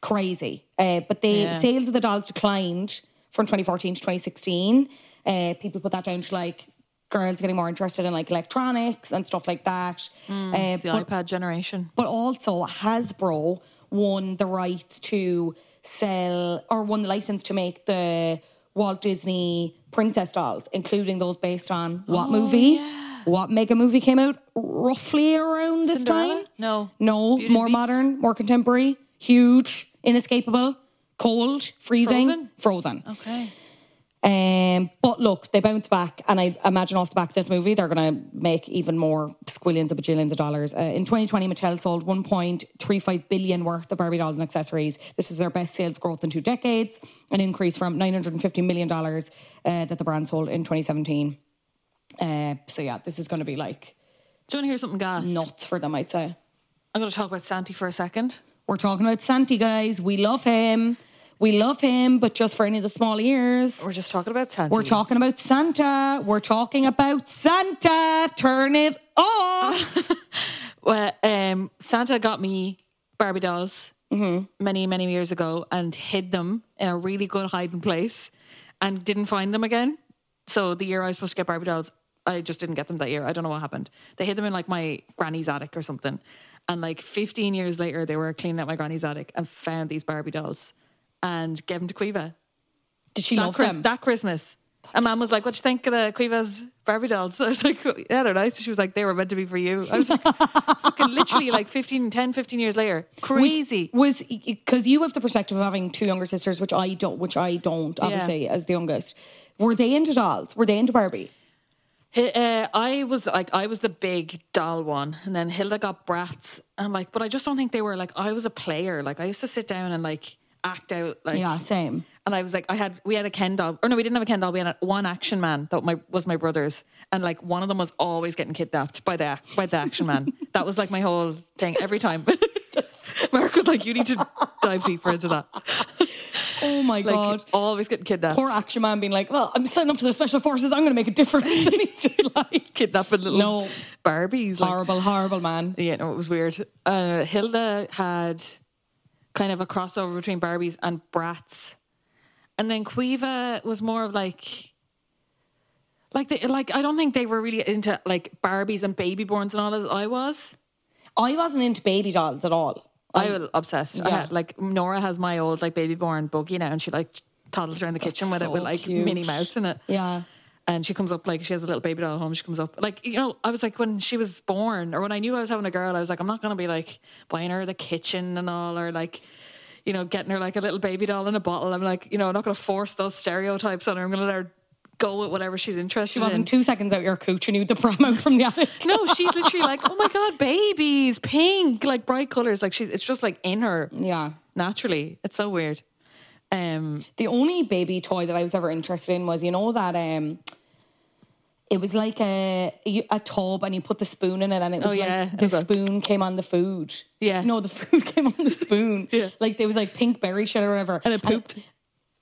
Speaker 2: crazy. Uh, but the sales of the dolls declined from 2014 to 2016. Uh, people put that down to like girls getting more interested in like electronics and stuff like that. Uh,
Speaker 1: The
Speaker 2: but-
Speaker 1: iPad generation.
Speaker 2: but also Hasbro won the rights to sell or won the license to make the Walt Disney princess dolls, including those based on what
Speaker 1: Oh,
Speaker 2: movie? What mega movie came out roughly around this
Speaker 1: Cinderella?
Speaker 2: time?
Speaker 1: No.
Speaker 2: No,
Speaker 1: Beauty and
Speaker 2: more
Speaker 1: the Beast?
Speaker 2: modern, more contemporary, huge, inescapable, cold, freezing,
Speaker 1: Frozen? Oh.
Speaker 2: frozen.
Speaker 1: Okay.
Speaker 2: Um, but look, they bounce back, and I imagine off the back of this movie, they're going to make even more squillions of bajillions of dollars. Uh, in 2020, Mattel sold 1.35 billion worth of Barbie dolls and accessories. This is their best sales growth in two decades, an increase from 950 million dollars uh, that the brand sold in 2017. Uh, so yeah, this is going to be like
Speaker 1: Do you want to hear something gas?
Speaker 2: nuts for them, I'd say.
Speaker 1: I'm going to talk about Santi for a second.
Speaker 2: We're talking about Santi, guys. We love him. We love him, but just for any of the small ears.
Speaker 1: We're just talking about Santi.
Speaker 2: We're talking about Santa. We're talking about Santa. Turn it
Speaker 1: Ah,
Speaker 2: off.
Speaker 1: Well, um, Santa got me Barbie dolls many, many years ago and hid them in a really good hiding place and didn't find them again. So the year I was supposed to get Barbie dolls, I just didn't get them that year. I don't know what happened. They hid them in like my granny's attic or something. And like 15 years later, they were cleaning out my granny's attic and found these Barbie dolls and gave them to Quiva.
Speaker 2: Did she
Speaker 1: That,
Speaker 2: love
Speaker 1: Chris-
Speaker 2: them?
Speaker 1: that Christmas. And mum was like, "What do you think of the Cuivas Barbie dolls?" I was like, "Yeah, they're nice." She was like, "They were meant to be for you." I was like, "Fucking literally, like 15, 10, 15 years later, crazy."
Speaker 2: was because you have the perspective of having two younger sisters, which I don't, which I don't, obviously, as the youngest. Were they into dolls? Were they into Barbie?
Speaker 1: Hi- Uh, I was like, I was the big doll one, and then Hilda got brats. And I'm like, but I just don't think they were like. I was a player. Like I used to sit down and like act out. Like
Speaker 2: Yeah, same.
Speaker 1: And I was like, I had we had a Ken doll, or no, we didn't have a Ken doll. We had a- one Action Man that my was my brother's, and like one of them was always getting kidnapped by the by the Action Man. that was like my whole thing every time. Mark was like, you need to dive deeper into that.
Speaker 2: Oh my
Speaker 1: Like
Speaker 2: god!
Speaker 1: always getting kidnapped.
Speaker 2: Poor action man being like, "Well, I'm signing up to the special forces. I'm going to make a difference." and he's just like,
Speaker 1: kidnapping little
Speaker 2: No.
Speaker 1: Barbies. like-
Speaker 2: horrible, horrible man.
Speaker 1: Yeah, no, it was weird. Uh, Hilda had kind of a crossover between Barbies and Bratz, and then Quiva was more of like, like they, like I don't think they were really into like Barbies and baby borns and all as I was.
Speaker 2: I wasn't into baby dolls at all.
Speaker 1: I was obsessed. I
Speaker 2: yeah.
Speaker 1: had, like Nora has my old like baby born buggy now, and she like toddles around the kitchen with it
Speaker 2: so
Speaker 1: with like
Speaker 2: cute.
Speaker 1: Minnie Mouse in it.
Speaker 2: Yeah.
Speaker 1: And she comes up like she has a little baby doll at home. She comes up like you know. I was like when she was born, or when I knew I was having a girl, I was like, I'm not gonna be like buying her the kitchen and all, or like you know getting her like a little baby doll in a bottle. I'm like, you know, I'm not gonna force those stereotypes on her. I'm gonna let her go with whatever she's interested.
Speaker 2: She wasn't
Speaker 1: in.
Speaker 2: two seconds out your cooch and knew the pram out from the attic.
Speaker 1: No, she's literally like, oh my god, babies, pink, like bright colors. Like she's, it's just like in her.
Speaker 2: Yeah.
Speaker 1: naturally, it's so weird. Um,
Speaker 2: The only baby toy that I was ever interested in was, you know, that um, it was like a a tub and you put the spoon in it and it was
Speaker 1: Oh, yeah,
Speaker 2: like the
Speaker 1: as well.
Speaker 2: spoon came on the food.
Speaker 1: Yeah.
Speaker 2: No, the food came on the spoon.
Speaker 1: Yeah.
Speaker 2: Like there was like pink berry shit or whatever.
Speaker 1: And it pooped?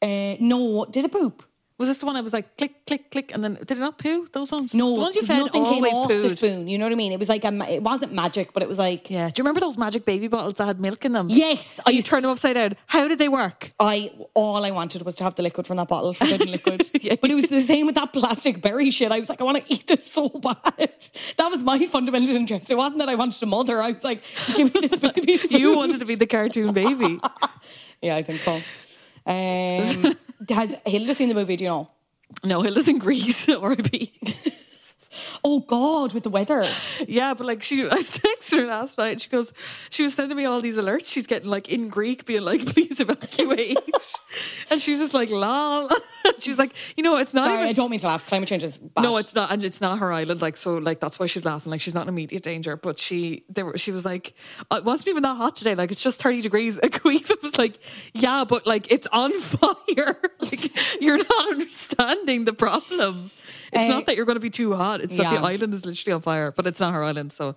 Speaker 2: uh, no, did it poop?
Speaker 1: was this the one I was like click, click, click, and then did it not poo? Those ones,
Speaker 2: No,
Speaker 1: the ones you
Speaker 2: 'cause
Speaker 1: fed
Speaker 2: nothing came
Speaker 1: always
Speaker 2: off the
Speaker 1: pooed.
Speaker 2: spoon. You know what I mean? It was like a, ma- it wasn't magic, but it was like
Speaker 1: Yeah. Do you remember those magic baby bottles that had milk in them?
Speaker 2: Yes, I
Speaker 1: I you
Speaker 2: used to-
Speaker 1: turn them upside down. How did they work?
Speaker 2: I all I wanted was to have the liquid from that bottle, forbidden liquid. But it was the same with that plastic berry shit. I was like, I want to eat this so bad. That was my fundamental interest. It wasn't that I wanted a mother. I was like, give me this baby.
Speaker 1: You wanted to be the cartoon baby.
Speaker 2: yeah, I think so. Um, has Hilda seen the movie? Do you know?
Speaker 1: no, he lives in Greece, R.I.P.
Speaker 2: Oh God, with the weather.
Speaker 1: yeah, but like she, I texted her last night. She goes, she was sending me all these alerts. She's getting like in Greek, being like, "Please evacuate," and she was just like, "Lol." she was like, "You know, it's not
Speaker 2: Sorry,
Speaker 1: even."
Speaker 2: I don't mean to laugh. Climate change is bad.
Speaker 1: No, it's not, and it's not her island. Like so, like that's why she's laughing. Like she's not in immediate danger, but she there were, she was like, "Oh, it wasn't even that hot today. Like it's just thirty degrees. And Cueva was like, yeah, but like it's on fire. like you're not understanding the problem. It's
Speaker 2: Uh,
Speaker 1: not that you're going to be too hot. It's that
Speaker 2: yeah.
Speaker 1: the island is literally on fire, but it's not her island. So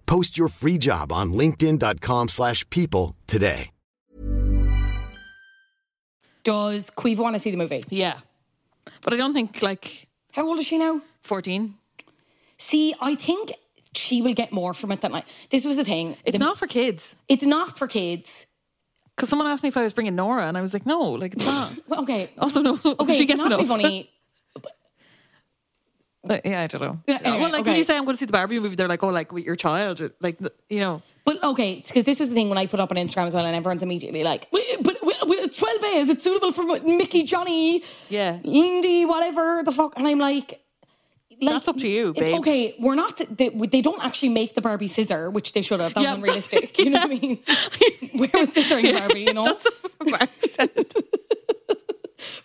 Speaker 3: Post your free job on linkedin.com/people slash people today.
Speaker 2: Does Quiva want to see the movie?
Speaker 1: yeah, but I don't think like
Speaker 2: How old is she now?
Speaker 1: fourteen.
Speaker 2: See, I think she will get more from it than I. This was the thing.
Speaker 1: It's
Speaker 2: The-
Speaker 1: not for kids.
Speaker 2: It's not for kids.
Speaker 1: Because someone asked me if I was bringing Nora, and I was like, no, like it's not.
Speaker 2: Well, okay.
Speaker 1: Also, no.
Speaker 2: Okay,
Speaker 1: she gets
Speaker 2: not to be
Speaker 1: enough.
Speaker 2: funny.
Speaker 1: Like, yeah, I don't know.
Speaker 2: Yeah, anyway,
Speaker 1: well, like when
Speaker 2: okay.
Speaker 1: you say I'm going to see the Barbie movie, they're like, oh, like with your child, like you know.
Speaker 2: But okay, because this was the thing when I put up on Instagram as well, and everyone's immediately like, "Wait, "But wait, wait, it's twelve A. Is it suitable for Mickey, Johnny,
Speaker 1: Yeah.
Speaker 2: Indy, whatever the fuck?" And I'm like. Like,
Speaker 1: That's up to you,
Speaker 2: it-
Speaker 1: babe.
Speaker 2: Okay, we're not. They, they don't actually make the Barbie scissor, which they should have. That
Speaker 1: Yeah.
Speaker 2: was unrealistic. You know what I mean? Where was scissoring Barbie? You know,
Speaker 1: That's what I said.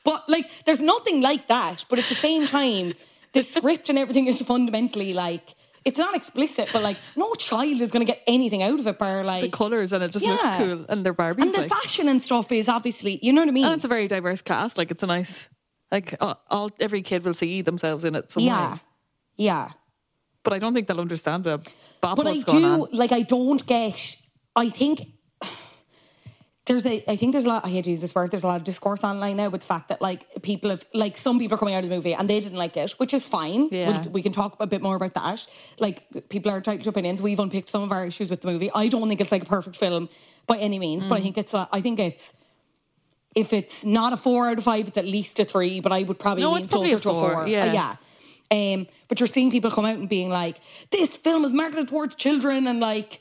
Speaker 2: But like, there's nothing like that. But at the same time, the script and everything is fundamentally like it's not explicit, but like no child is going to get anything out of it. Bar like
Speaker 1: the colours and it just looks
Speaker 2: Yeah.
Speaker 1: cool and they're Barbies.
Speaker 2: and the
Speaker 1: like.
Speaker 2: fashion and stuff is obviously you know what I mean.
Speaker 1: and it's a very diverse cast. Like it's a nice, like all, all every kid will see themselves in it somewhere.
Speaker 2: yeah, yeah.
Speaker 1: But I don't think they'll understand it. Bob,
Speaker 2: But I
Speaker 1: what's going
Speaker 2: do
Speaker 1: on?
Speaker 2: like I don't get. I think there's a I think there's a lot I hate to use this word, there's a lot of discourse online now with the fact that like people have like some people are coming out of the movie and they didn't like it, which is fine.
Speaker 1: Yeah.
Speaker 2: We'll- we can talk a bit more about that. Like people are entitled to opinions. We've unpicked some of our issues with the movie. I don't think it's like a perfect film by any means, but I think it's a- I think it's if it's not a four out of five, it's at least a three, but I would probably
Speaker 1: No,
Speaker 2: lean
Speaker 1: it's probably
Speaker 2: closer
Speaker 1: a
Speaker 2: to a
Speaker 1: four,
Speaker 2: four.
Speaker 1: yeah.
Speaker 2: Uh, yeah. Um, but you're seeing people come out and being like, this film is marketed towards children and like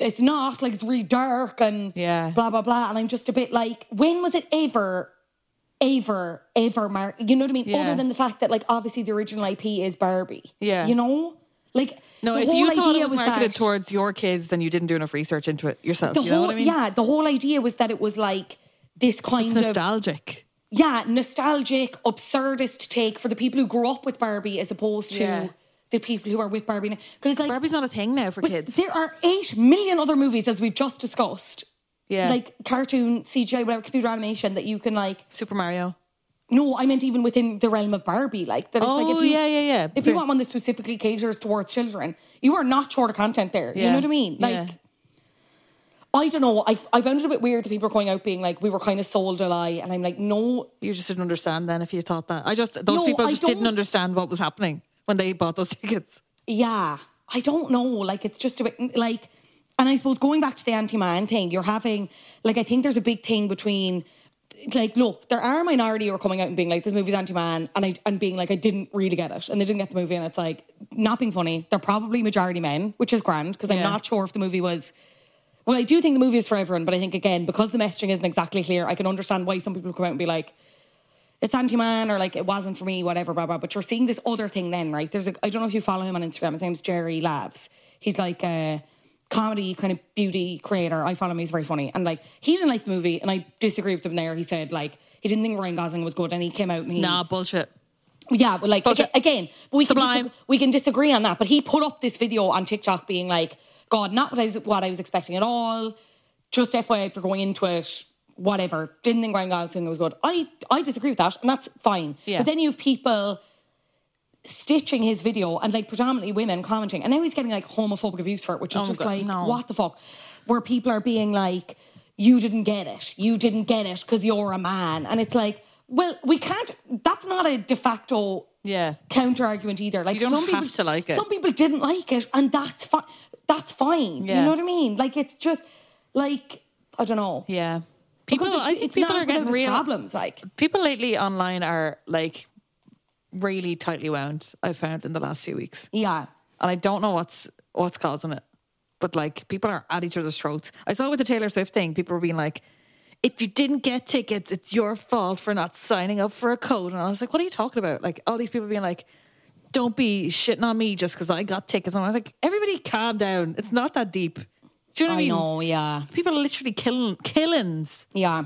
Speaker 2: it's not, like it's really dark and
Speaker 1: Yeah.
Speaker 2: blah blah blah. And I'm just a bit like, when was it ever, ever, ever mar you know what I mean?
Speaker 1: Yeah.
Speaker 2: Other than the fact that like obviously the original IP is Barbie.
Speaker 1: Yeah.
Speaker 2: You know? Like
Speaker 1: No,
Speaker 2: the
Speaker 1: if
Speaker 2: whole
Speaker 1: you
Speaker 2: idea
Speaker 1: thought it was,
Speaker 2: that-
Speaker 1: marketed towards your kids, then you didn't do enough research into it yourself.
Speaker 2: the
Speaker 1: you
Speaker 2: whole
Speaker 1: know what I mean?
Speaker 2: yeah, the whole idea was that it was like this kind
Speaker 1: it's
Speaker 2: of
Speaker 1: nostalgic.
Speaker 2: yeah, nostalgic, absurdist take for the people who grew up with Barbie as opposed to
Speaker 1: Yeah.
Speaker 2: the people who are with Barbie now. Because like
Speaker 1: Barbie's not a thing now for
Speaker 2: but
Speaker 1: kids.
Speaker 2: There are eight million other movies as we've just discussed.
Speaker 1: Yeah,
Speaker 2: Like cartoon, CGI, whatever, computer animation that you can like.
Speaker 1: Super Mario.
Speaker 2: No, I meant even within the realm of Barbie. Like that, it's like
Speaker 1: Oh,
Speaker 2: if you,
Speaker 1: yeah, yeah, yeah.
Speaker 2: If you
Speaker 1: Fair.
Speaker 2: want one that specifically caters towards children, you are not short of content there. You
Speaker 1: Yeah.
Speaker 2: know what I mean? Like,
Speaker 1: Yeah.
Speaker 2: I don't know. I I found it a bit weird that people are going out being like, we were kind of sold a lie, and I'm like, no,
Speaker 1: You just didn't understand then if you thought that. I just those
Speaker 2: No,
Speaker 1: people
Speaker 2: I
Speaker 1: just didn't
Speaker 2: don't.
Speaker 1: understand what was happening when they bought those tickets.
Speaker 2: yeah, I don't know. Like, it's just a bit like, and I suppose going back to the anti man thing, you're having, like, I think there's a big thing between, like, look, there are a minority who are coming out and being like, this movie's anti man, and I and being like, I didn't really get it, and they didn't get the movie, and it's like, not being funny. They're probably majority men, which is grand, because I'm
Speaker 1: Yeah.
Speaker 2: not sure if the movie was. Well, I do think the movie is for everyone, but I think again because the messaging isn't exactly clear, I can understand why some people come out and be like, "It's anti-man" or like "It wasn't for me," whatever, blah blah. But you're seeing this other thing then, right? There's a I don't know if you follow him on Instagram. His name's Jerry Labs. He's like a comedy kind of beauty creator. I follow him. He's very funny, and like he didn't like the movie, and I disagree with him there. He said like he didn't think Ryan Gosling was good, and he came out and he
Speaker 1: Nah, bullshit.
Speaker 2: yeah, but like
Speaker 1: Bullshit.
Speaker 2: aga- again, we can,
Speaker 1: Sublime.
Speaker 2: disag- we can disagree on that. But he put up this video on TikTok being like, "God, not what I was what I was expecting at all. Just FYI for going into it, whatever. Didn't think Ryan Gosling was good. I I disagree with that, and that's fine.
Speaker 1: Yeah.
Speaker 2: But then you have people stitching his video and like predominantly women commenting, and now he's getting like homophobic abuse for it, which is
Speaker 1: Oh my
Speaker 2: just
Speaker 1: God,
Speaker 2: like
Speaker 1: no.
Speaker 2: what the fuck, where people are being like, "You didn't get it. You didn't get it because you're a man," and it's like. Well, we can't. That's not a de facto
Speaker 1: Yeah.
Speaker 2: counter argument either. Like
Speaker 1: You don't
Speaker 2: some
Speaker 1: have
Speaker 2: people,
Speaker 1: to like it.
Speaker 2: Some people didn't like it, and that's fine. That's fine.
Speaker 1: Yeah.
Speaker 2: You know what I mean? Like it's just like I don't know.
Speaker 1: Yeah. People
Speaker 2: Because it-
Speaker 1: I think
Speaker 2: it's
Speaker 1: people
Speaker 2: not
Speaker 1: are getting
Speaker 2: without its
Speaker 1: real
Speaker 2: problems. Like
Speaker 1: people lately online are like really tightly wound, I've found in the last few weeks.
Speaker 2: yeah,
Speaker 1: and I don't know what's what's causing it. But like people are at each other's throats. I saw it with the Taylor Swift thing. People were being like, "If you didn't get tickets, it's your fault for not signing up for a code." And I was like, "What are you talking about?" Like all these people being like, "Don't be shitting on me just because I got tickets." And I was like, "Everybody, calm down. It's not that deep." Do you know what I,
Speaker 2: I
Speaker 1: mean?
Speaker 2: know. Yeah,
Speaker 1: People are literally killing killings
Speaker 2: yeah.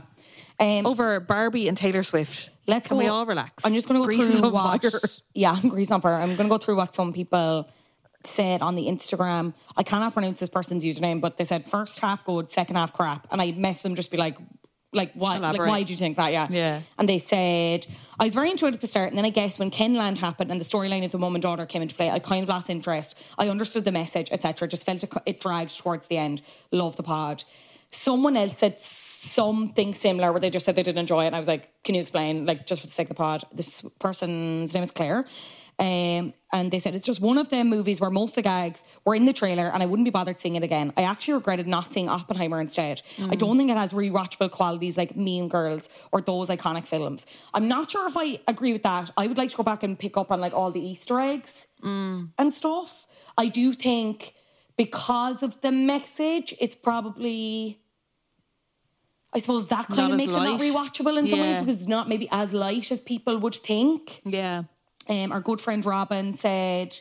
Speaker 2: Um,
Speaker 1: over Barbie and Taylor Swift.
Speaker 2: Let's
Speaker 1: Can
Speaker 2: go.
Speaker 1: we all relax?
Speaker 2: I'm just going to go
Speaker 1: Greece is
Speaker 2: through
Speaker 1: on
Speaker 2: what.
Speaker 1: fire.
Speaker 2: Yeah, Grease on fire. I'm going to go through what some people said on the Instagram. I cannot pronounce this person's username, but they said first half good, second half crap, and I messaged them just be like. Like why?
Speaker 1: Elaborate.
Speaker 2: Like why do you think that? Yeah,
Speaker 1: Yeah.
Speaker 2: And they said I was very into it at the start, and then I guess when Kenland happened and the storyline of the mum and daughter came into play, I kind of lost interest. I understood the message, etc. Just felt it, it dragged towards the end. Love the pod. Someone else said something similar where they just said they didn't enjoy it, and I was like, "Can you explain?" Like just for the sake of the pod, this person's name is Claire. Um, and they said it's just one of them movies where most of the gags were in the trailer and I wouldn't be bothered seeing it again. I actually regretted not seeing Oppenheimer instead. I
Speaker 1: Mm.
Speaker 2: don't think it has rewatchable qualities like Mean Girls or those iconic films. I'm not sure if I agree with that. I would like to go back and pick up on like all the Easter eggs
Speaker 1: Mm.
Speaker 2: and stuff. I do think because of the message, it's probably. I suppose that kind
Speaker 1: Not
Speaker 2: of
Speaker 1: as
Speaker 2: makes
Speaker 1: light.
Speaker 2: it not rewatchable in some ways
Speaker 1: Yeah.
Speaker 2: because it's not maybe as light as people would think.
Speaker 1: Yeah.
Speaker 2: Um, our good friend Robin said,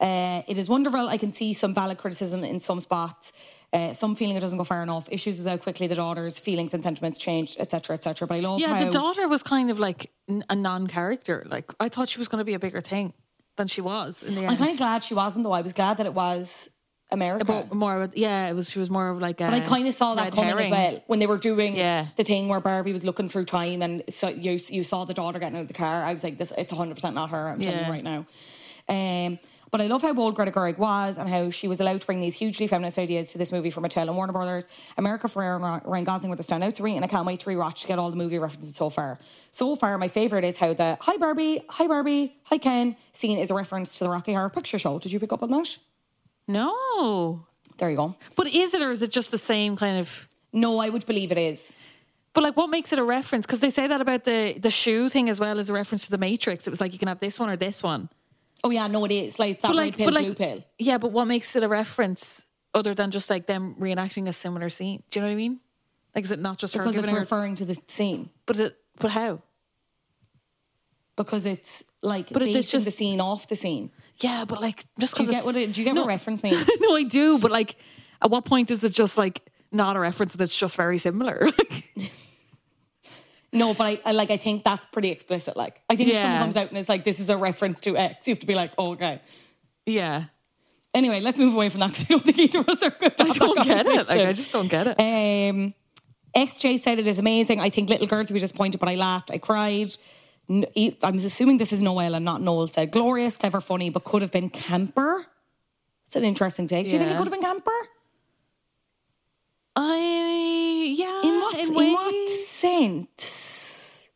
Speaker 2: uh, It is wonderful. I can see some valid criticism in some spots. Uh, some feeling it doesn't go far enough. Issues with how quickly the daughter's feelings and sentiments changed, etc., etc. But I love
Speaker 1: Yeah,
Speaker 2: how
Speaker 1: the daughter was kind of like n- a non-character. Like I thought she was going to be a bigger thing than she was in the end.
Speaker 2: I'm kind of glad she wasn't though. I was glad that it was America.
Speaker 1: But more, of a- yeah, it was. She was more of like a.
Speaker 2: And I kind of saw that
Speaker 1: red
Speaker 2: coming as
Speaker 1: herring.
Speaker 2: well when they were doing
Speaker 1: Yeah.
Speaker 2: the thing where Barbie was looking through time and so you you saw the daughter getting out of the car. I was like, this it's 100% not her. I'm telling
Speaker 1: Yeah.
Speaker 2: you right now. Um, but I love how bold Greta Gerwig was and how she was allowed to bring these hugely feminist ideas to this movie from Mattel and Warner Brothers. America Ferrera and Ra- Ryan Gosling were the standouts for me, and I can't wait to rewatch to get all the movie references so far. So far, my favorite is how the "Hi Barbie, Hi Barbie, Hi Ken" scene is a reference to the Rocky Horror Picture Show. Did you pick up on that?
Speaker 1: No,
Speaker 2: There you go.
Speaker 1: but is it or is it just the same kind of?
Speaker 2: No, I would believe it is.
Speaker 1: But like, what makes it a reference? Because they say that about the the shoe thing as well as a reference to the Matrix. It was like you can have this one or this one.
Speaker 2: Oh yeah, no, it is like that
Speaker 1: But
Speaker 2: red
Speaker 1: like,
Speaker 2: pill,
Speaker 1: but
Speaker 2: blue
Speaker 1: like,
Speaker 2: pill.
Speaker 1: yeah. But what makes it a reference other than just like them reenacting a similar scene? Do you know what I mean? Like, is it not just
Speaker 2: Because
Speaker 1: her
Speaker 2: it's
Speaker 1: giving her?
Speaker 2: referring to the scene.
Speaker 1: but it, but how?
Speaker 2: Because it's like
Speaker 1: But it-
Speaker 2: basing
Speaker 1: it's just-
Speaker 2: the scene off the scene.
Speaker 1: Yeah, but like just
Speaker 2: Do
Speaker 1: because
Speaker 2: you get what it, do you get what reference means?
Speaker 1: no, I do, but like, at what point is it just like not a reference that's just very similar?
Speaker 2: no, but I, I like I think that's pretty explicit. Like I think if someone
Speaker 1: Yeah.
Speaker 2: comes out and is like, this is a reference to X, you have to be like, oh, okay.
Speaker 1: yeah,
Speaker 2: Anyway, let's move away from that because I don't think either of us are good.
Speaker 1: I don't get it. Like, I just don't get it.
Speaker 2: Um, XJ said it is amazing. I think little girls would be disappointed, but I laughed. I cried. N- e- I'm assuming this is Noel and not Noel said. Glorious, clever, funny, but could have been Camper. It's an interesting take. Do you think it
Speaker 1: Yeah.
Speaker 2: could have been Camper?
Speaker 1: I yeah.
Speaker 2: In what, in
Speaker 1: Ah, ways-
Speaker 2: what sense?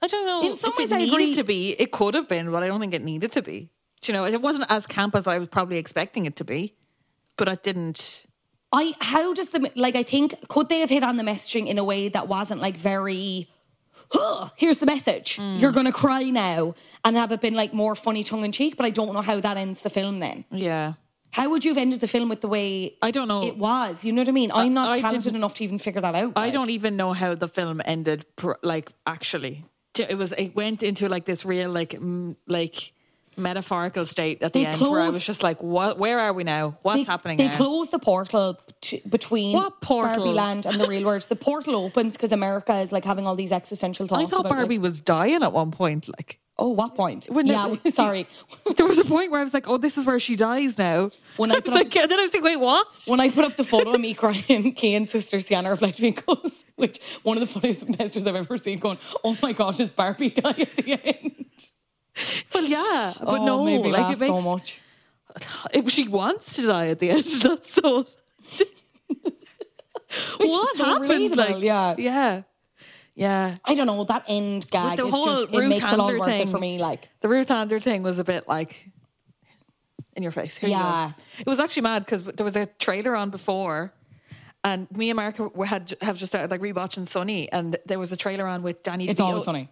Speaker 1: I don't know.
Speaker 2: In some
Speaker 1: if
Speaker 2: ways
Speaker 1: it
Speaker 2: I
Speaker 1: needed
Speaker 2: agree.
Speaker 1: to be. It could have been, but I don't think it needed to be. Do you know? It wasn't as camp as I was probably expecting it to be, but it didn't.
Speaker 2: I how does the like I think could they have hit on the messaging in a way that wasn't like very "Huh, here's the message.
Speaker 1: Mm.
Speaker 2: You're gonna cry now and have it been like more funny tongue in cheek, but I don't know how that ends the film then.
Speaker 1: Yeah,
Speaker 2: How would you have ended the film with the way
Speaker 1: I don't know.
Speaker 2: it was? You know what I mean? I'm not
Speaker 1: I
Speaker 2: talented
Speaker 1: didn't-
Speaker 2: enough to even figure that out.
Speaker 1: I
Speaker 2: like.
Speaker 1: don't even know how the film ended. pr- Like actually, J- it was it went into like this real like m- like metaphorical state at the
Speaker 2: They
Speaker 1: end where I was
Speaker 2: closed-
Speaker 1: just like, what? Where are we now? What's
Speaker 2: they,
Speaker 1: happening?
Speaker 2: They
Speaker 1: now?
Speaker 2: close the portal t- between
Speaker 1: What portal?
Speaker 2: Barbie Land and the real world. the portal opens because America is like having all these existential thoughts.
Speaker 1: I thought
Speaker 2: about, like,
Speaker 1: Barbie was dying at one point. Like
Speaker 2: Oh, what point?
Speaker 1: When
Speaker 2: yeah,
Speaker 1: they-
Speaker 2: sorry.
Speaker 1: there was a point where I was like, oh, this is where she dies now. When
Speaker 2: When I
Speaker 1: I, was
Speaker 2: put up-
Speaker 1: like, and then I was like, wait, what?
Speaker 2: When I put up the photo of me crying, Kay and sister Sienna reflect me goes, which one of the funniest messages I've ever seen going, oh my gosh, is Barbie dying at the end?
Speaker 1: Well, yeah, but
Speaker 2: Oh,
Speaker 1: no,
Speaker 2: made me
Speaker 1: like
Speaker 2: laugh
Speaker 1: it makes
Speaker 2: so much.
Speaker 1: It, she wants to die at the end. That's so. what
Speaker 2: so
Speaker 1: happened?
Speaker 2: relatable,
Speaker 1: like,
Speaker 2: yeah.
Speaker 1: yeah, yeah.
Speaker 2: I don't know, that end gag
Speaker 1: the
Speaker 2: is
Speaker 1: whole
Speaker 2: just, it
Speaker 1: Ruth
Speaker 2: makes it all
Speaker 1: Handler
Speaker 2: worth it
Speaker 1: thing.
Speaker 2: for me. Like,
Speaker 1: The Ruth Handler thing was a bit like in your face. Here you go.
Speaker 2: Yeah.
Speaker 1: it was actually mad because there was a trailer on before, and me and Mark were- had have just started like rewatching Sunny, and there was a trailer on with Danny.
Speaker 2: it's
Speaker 1: DeVito.
Speaker 2: always funny.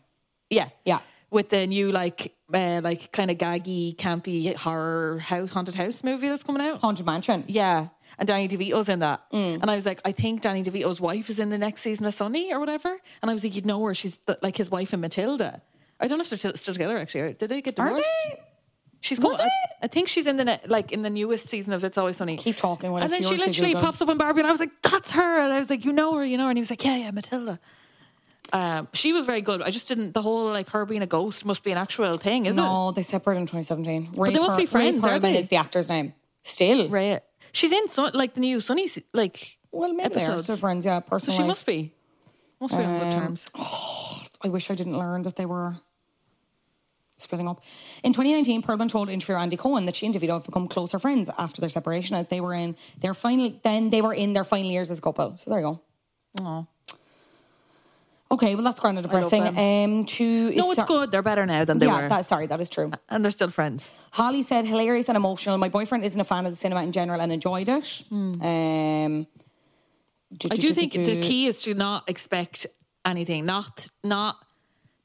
Speaker 1: Yeah,
Speaker 2: Yeah.
Speaker 1: With the new like uh, like kind of gaggy, campy horror house haunted house movie that's coming out.
Speaker 2: Haunted Mansion.
Speaker 1: Yeah. And Danny DeVito's in that.
Speaker 2: Mm.
Speaker 1: And I was like, I think Danny DeVito's wife is in the next season of Sunny or whatever. And I was like, you'd know her. She's the, like his wife in Matilda. I don't know if they're t- still together actually. Or Did they get
Speaker 2: Are
Speaker 1: divorced?
Speaker 2: they?
Speaker 1: She's
Speaker 2: Were
Speaker 1: going. I,
Speaker 2: they?
Speaker 1: I think she's in the ne- like in the newest season of It's Always Sunny.
Speaker 2: Keep talking while I
Speaker 1: And then she
Speaker 2: furiously
Speaker 1: literally
Speaker 2: Google.
Speaker 1: pops up on Barbie, and I was like, "That's her!" And I was like, "You know her, you know." her." And he was like, "Yeah, yeah, Matilda." Um, she was very good. I just didn't. The whole like her being a ghost must be an actual thing, is
Speaker 2: No, they separated in 2017. Ray
Speaker 1: they must be friends,
Speaker 2: Ray
Speaker 1: are
Speaker 2: Perlman
Speaker 1: they?
Speaker 2: is the actor's name. Still.
Speaker 1: it? Right. She's in so, like the new Sunny se- like.
Speaker 2: Well, maybe they are
Speaker 1: episodes.
Speaker 2: still friends, yeah,
Speaker 1: So
Speaker 2: personally.
Speaker 1: she must be. Must be on
Speaker 2: uh,
Speaker 1: good terms.
Speaker 2: oh, I wish I didn't learn that they were splitting up. In 2019, Perlman told interviewer Andy Cohen that she and DeVito have become closer friends after their separation, as they were in their final. Then they were in their final years as a couple. So there you go.
Speaker 1: Oh.
Speaker 2: Okay, well that's kind of
Speaker 1: love
Speaker 2: depressing. Um, two. is
Speaker 1: No, it's
Speaker 2: sor-
Speaker 1: good. They're better now than they
Speaker 2: yeah,
Speaker 1: were.
Speaker 2: that, sorry, that is true.
Speaker 1: and they're still friends.
Speaker 2: Holly said hilarious and emotional. My boyfriend isn't a fan of the cinema in general and enjoyed it. Um,
Speaker 1: Hmm. I do think the key is to not expect anything, not not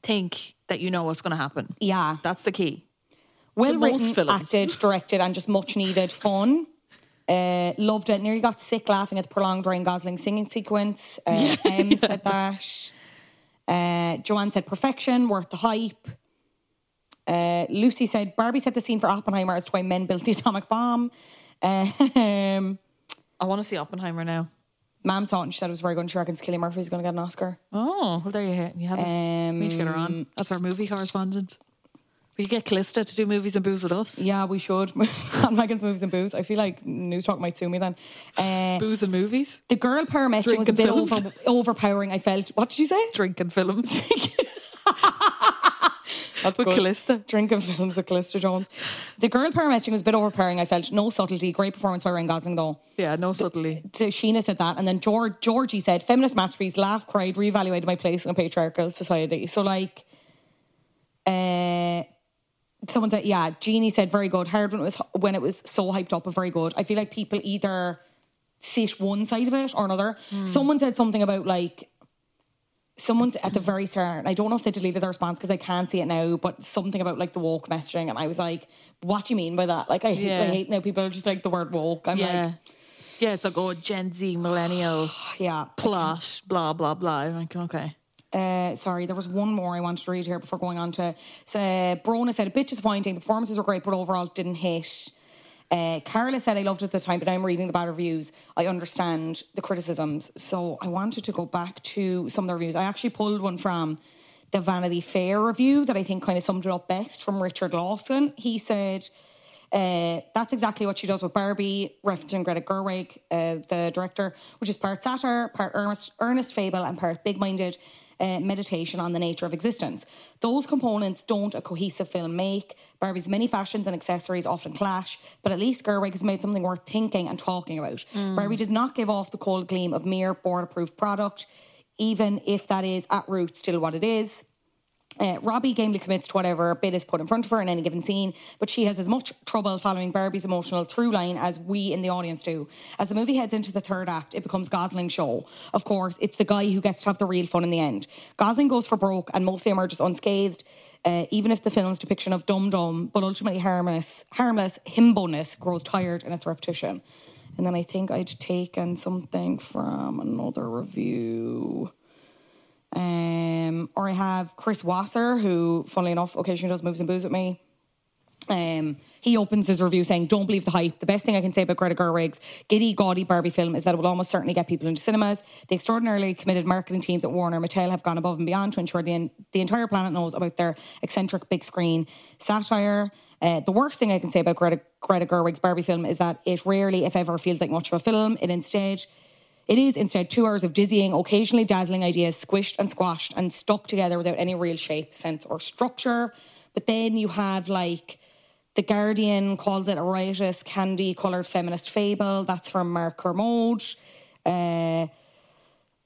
Speaker 1: think that you know what's going to happen.
Speaker 2: Yeah.
Speaker 1: That's the key.
Speaker 2: Well
Speaker 1: to most
Speaker 2: written,
Speaker 1: films.
Speaker 2: acted, directed, and just much needed fun. Uh, loved it. Nearly got sick laughing at the prolonged Ryan Gosling singing sequence. Uh, Em said that. Uh, Joanne said perfection, worth the hype. Uh, Lucy said Barbie set the scene for Oppenheimer as to why men built the atomic bomb. Um,
Speaker 1: I want to see Oppenheimer now.
Speaker 2: Mam saw it and she said it was very good. and She reckons Killy Murphy's going to get an Oscar. Um,
Speaker 1: Oh, well, there you have, you have it. we need to get her on. That's our movie correspondent. We could get Callista to do movies and booze with us.
Speaker 2: Yeah, we should. I'm not against movies and booze. I feel like News Talk might sue me then. Uh,
Speaker 1: Booze and movies,
Speaker 2: the girl paramedic was a
Speaker 1: Drinking
Speaker 2: bit
Speaker 1: films.
Speaker 2: over, overpowering. I felt. What did you say?
Speaker 1: drink and films.
Speaker 2: That's
Speaker 1: With Calista.
Speaker 2: Drinking films with Callista Jones. The girl paramedic was a bit overpowering, I felt. No subtlety. Great performance by Ryan Gosling, though.
Speaker 1: yeah, no subtlety.
Speaker 2: So Sheena said that. And then George, Georgie said, feminist masterpiece, laugh, cried, reevaluated my place in a patriarchal society. So, like, uh, someone said, yeah, Jeannie said, very good. Hard when it was, when it was so hyped up, but very good. I feel like people either sit one side of it or another.
Speaker 1: Hmm.
Speaker 2: Someone said something about, like, someone's at the very start, and I don't know if they deleted their response because I can't see it now, but something about like the woke messaging. And I was like, what do you mean by that? Like, I, hate I
Speaker 1: Yeah.
Speaker 2: hate now people are just like the word woke. I'm
Speaker 1: Yeah.
Speaker 2: like,
Speaker 1: yeah, it's like, oh, Gen Z, millennial,
Speaker 2: yeah.
Speaker 1: plot, blah, blah, blah. I'm like, okay.
Speaker 2: Uh, sorry, there was one more I wanted to read here before going on to. So, Brona said, a bit disappointing. The performances were great, but overall didn't hit. Uh, Carola said, I loved it at the time, but now I'm reading the bad reviews. I understand the criticisms. So, I wanted to go back to some of the reviews. I actually pulled one from the Vanity Fair review that I think kind of summed it up best from Richard Lawson. He said, uh, that's exactly what she does with Barbie, referencing Greta Gerwig, uh, the director, which is part satire, part earnest, earnest fable, and part big minded uh, meditation on the nature of existence. Those components don't a cohesive film make. Barbie's many fashions and accessories often clash, but at least Gerwig has made something worth thinking and talking about. Barbie does not give off the cold gleam of mere board approved product, even if that is at root still what it is. Uh, Robbie gamely commits to whatever bit is put in front of her in any given scene, but she has as much trouble following Barbie's emotional through line as we in the audience do. As the movie heads into the third act, it becomes Gosling's show. Of course, it's the guy who gets to have the real fun in the end. Gosling goes for broke and mostly emerges unscathed, uh, even if the film's depiction of dum dum, but ultimately harmless, harmless himboness grows tired in its repetition. And then I think I'd taken something from another review. Um, or I have Chris Wasser, who, funnily enough, occasionally does moves and booze with me. Um, he opens his review saying, "Don't believe the hype. The best thing I can say about Greta Gerwig's giddy, gaudy Barbie film is that it will almost certainly get people into cinemas. The extraordinarily committed marketing teams at Warner Mattel have gone above and beyond to ensure the the entire planet knows about their eccentric big screen satire." Uh, the worst thing I can say about Greta, Greta Gerwig's Barbie film is that it rarely, if ever, feels like much of a film. It instead it is instead two hours of dizzying, occasionally dazzling ideas squished and squashed and stuck together without any real shape, sense, or structure. But then you have like The Guardian calls it a riotous, candy coloured feminist fable. That's from Mark Kermode. Uh,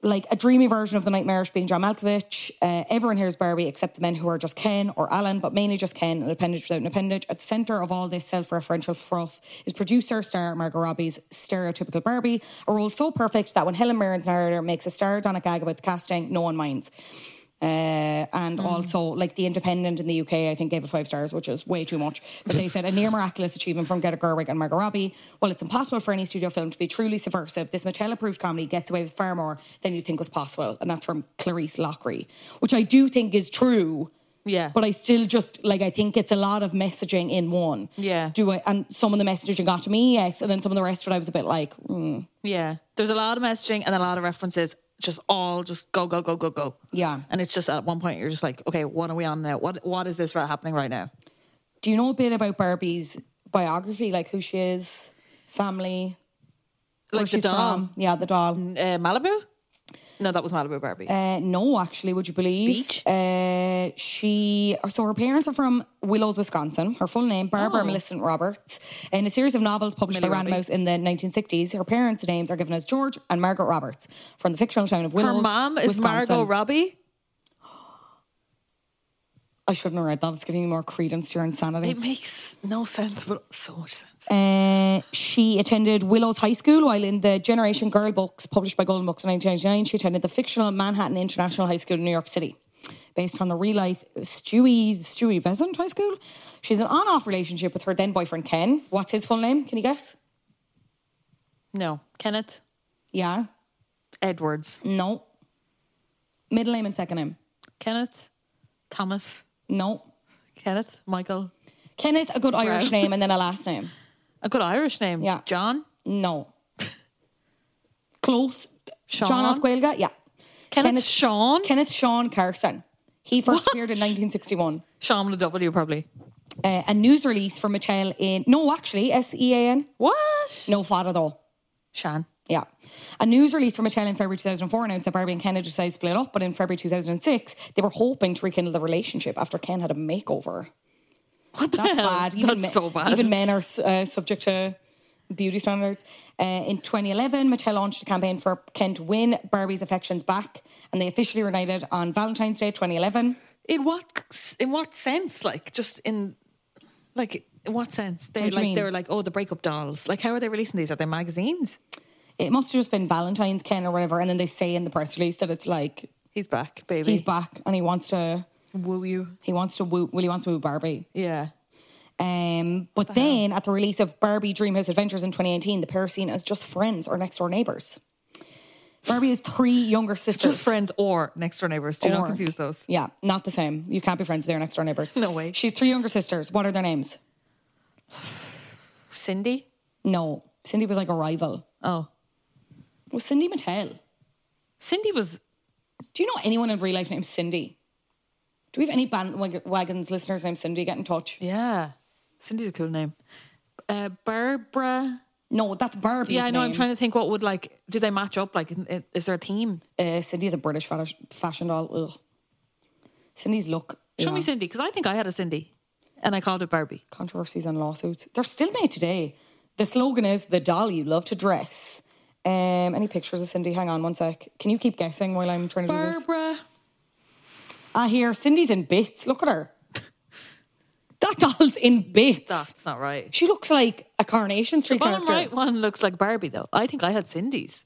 Speaker 2: like a dreamy version of the nightmarish being John Malkovich. Uh, everyone here is Barbie except the men who are just Ken or Alan, but mainly just Ken, an appendage without an appendage. At the centre of all this self referential fluff is producer star Margot Robbie's stereotypical Barbie, a role so perfect that when Helen Mirren's narrator makes a sardonic gag about the casting, no one minds. Uh, and also, like the Independent in the UK, I think gave it five stars, which is way too much. But they said a near miraculous achievement from Greta Gerwig and Margot Robbie. While it's impossible for any studio film to be truly subversive, this Mattel-approved comedy gets away with far more than you think was possible, and that's from Clarice Lockery, which I do think is true.
Speaker 1: Yeah.
Speaker 2: But I still just like I think it's a lot of messaging in one.
Speaker 1: Yeah.
Speaker 2: Do I? And some of the messaging got to me, yes, and then some of the rest of it I was a bit like, mm,
Speaker 1: Yeah. There's a lot of messaging and a lot of references, just all just go, go, go, go, go.
Speaker 2: Yeah.
Speaker 1: And it's just at one point you're just like, okay, what are we on now? What what is this happening right now?
Speaker 2: do you know a bit about Barbie's biography, like who she is, family?
Speaker 1: Like the
Speaker 2: she's
Speaker 1: doll.
Speaker 2: from. Yeah, the doll.
Speaker 1: Uh, Malibu? No, that was Malibu Barbie.
Speaker 2: Uh, no, actually, would you believe?
Speaker 1: Beach?
Speaker 2: Uh, she so her parents are from Willows, Wisconsin. Her full name
Speaker 1: Oh.
Speaker 2: Barbara Millicent Roberts. In a series of novels published by Random House in the 1960s, her parents' names are given as George and Margaret Roberts from the fictional town of
Speaker 1: Her
Speaker 2: Willows.
Speaker 1: mom is
Speaker 2: Wisconsin.
Speaker 1: Margot Robbie.
Speaker 2: I shouldn't have read that. It's giving you more credence to your insanity.
Speaker 1: It makes no sense, but so much sense.
Speaker 2: Uh, she attended Willows High School while in the Generation Girl books published by Golden Books in 1999. She attended the fictional Manhattan International High School in New York City, based on the real life uh, Stewie Stewie Besant High School. She's an on off relationship with her then boyfriend Ken. What's his full name? Can you guess?
Speaker 1: No, Kenneth
Speaker 2: Yeah.
Speaker 1: Edwards,
Speaker 2: No. Middle name and second name?
Speaker 1: Kenneth Thomas,
Speaker 2: No.
Speaker 1: Kenneth Michael.
Speaker 2: Kenneth, a good Irish
Speaker 1: Right.
Speaker 2: name, and then a last name.
Speaker 1: A good Irish name.
Speaker 2: Yeah.
Speaker 1: John
Speaker 2: No. Close.
Speaker 1: Sean?
Speaker 2: John Oscuelga? Yeah.
Speaker 1: Kenneth Sean?
Speaker 2: Kenneth Sean Carson. He first
Speaker 1: What?
Speaker 2: appeared in 1961.
Speaker 1: Sean with a W probably.
Speaker 2: Uh, a news release for Michelle in. No, actually, S E A N.
Speaker 1: What?
Speaker 2: No, father though.
Speaker 1: Sean.
Speaker 2: Yeah. A news release from Michelle in February 2004 announced that Barbie and Ken had decided to split up, but in February 2006, they were hoping to rekindle the relationship after Ken had a makeover. What That's
Speaker 1: hell?
Speaker 2: bad. Even
Speaker 1: That's
Speaker 2: men,
Speaker 1: so bad.
Speaker 2: Even men are uh, subject to beauty standards. Uh, in 2011, Mattel launched a campaign for Ken to win Barbie's affections back, and they officially reunited on Valentine's Day 2011.
Speaker 1: In what in what sense? Like just in like in what sense? They
Speaker 2: What do you
Speaker 1: like
Speaker 2: mean?
Speaker 1: they were like, oh, the breakup dolls. Like how are they releasing these? Are they magazines?
Speaker 2: It must have just been Valentine's Ken or whatever, and then they say in the press release that it's like
Speaker 1: He's back, baby.
Speaker 2: he's back and he wants to
Speaker 1: Woo you.
Speaker 2: he wants to woo, well he wants to woo Barbie.
Speaker 1: Yeah.
Speaker 2: Um, but then at the release of Barbie Dreamhouse Adventures in 2018, the pair are seen as just friends or next door neighbors. Barbie has three younger sisters.
Speaker 1: Just friends or next door neighbors. Do not
Speaker 2: Or-
Speaker 1: confuse those.
Speaker 2: Yeah, not the same. You can't be friends. They're next door neighbors.
Speaker 1: No way.
Speaker 2: She's three younger sisters. What are their names?
Speaker 1: Cindy?
Speaker 2: No. Cindy was like a rival.
Speaker 1: Oh.
Speaker 2: Was Cindy Mattel?
Speaker 1: Cindy was
Speaker 2: Do you know anyone in real life named Cindy? Do we have any bandwagons listeners named Cindy? Get in touch.
Speaker 1: Yeah. Cindy's a cool name. Uh, Barbara.
Speaker 2: No, that's Barbie.
Speaker 1: Yeah, I know. I'm trying to think what would like, do they match up? Like, in- in- is there a theme?
Speaker 2: Uh, Cindy's a British fash- fashion doll. Ugh. Cindy's look.
Speaker 1: Show me
Speaker 2: yeah.
Speaker 1: Cindy, because I think I had a Cindy and I called it Barbie.
Speaker 2: controversies and lawsuits. They're still made today. The slogan is the doll you love to dress. Um, any pictures of Cindy? Hang on one sec. Can you keep guessing while I'm trying to do this?
Speaker 1: Barbara.
Speaker 2: Ah, here, Cindy's in bits. Look at her. That doll's in bits.
Speaker 1: That's not right.
Speaker 2: She looks like a Carnation Street
Speaker 1: The bottom
Speaker 2: character.
Speaker 1: right one looks like Barbie, though. I think I had Cindy's.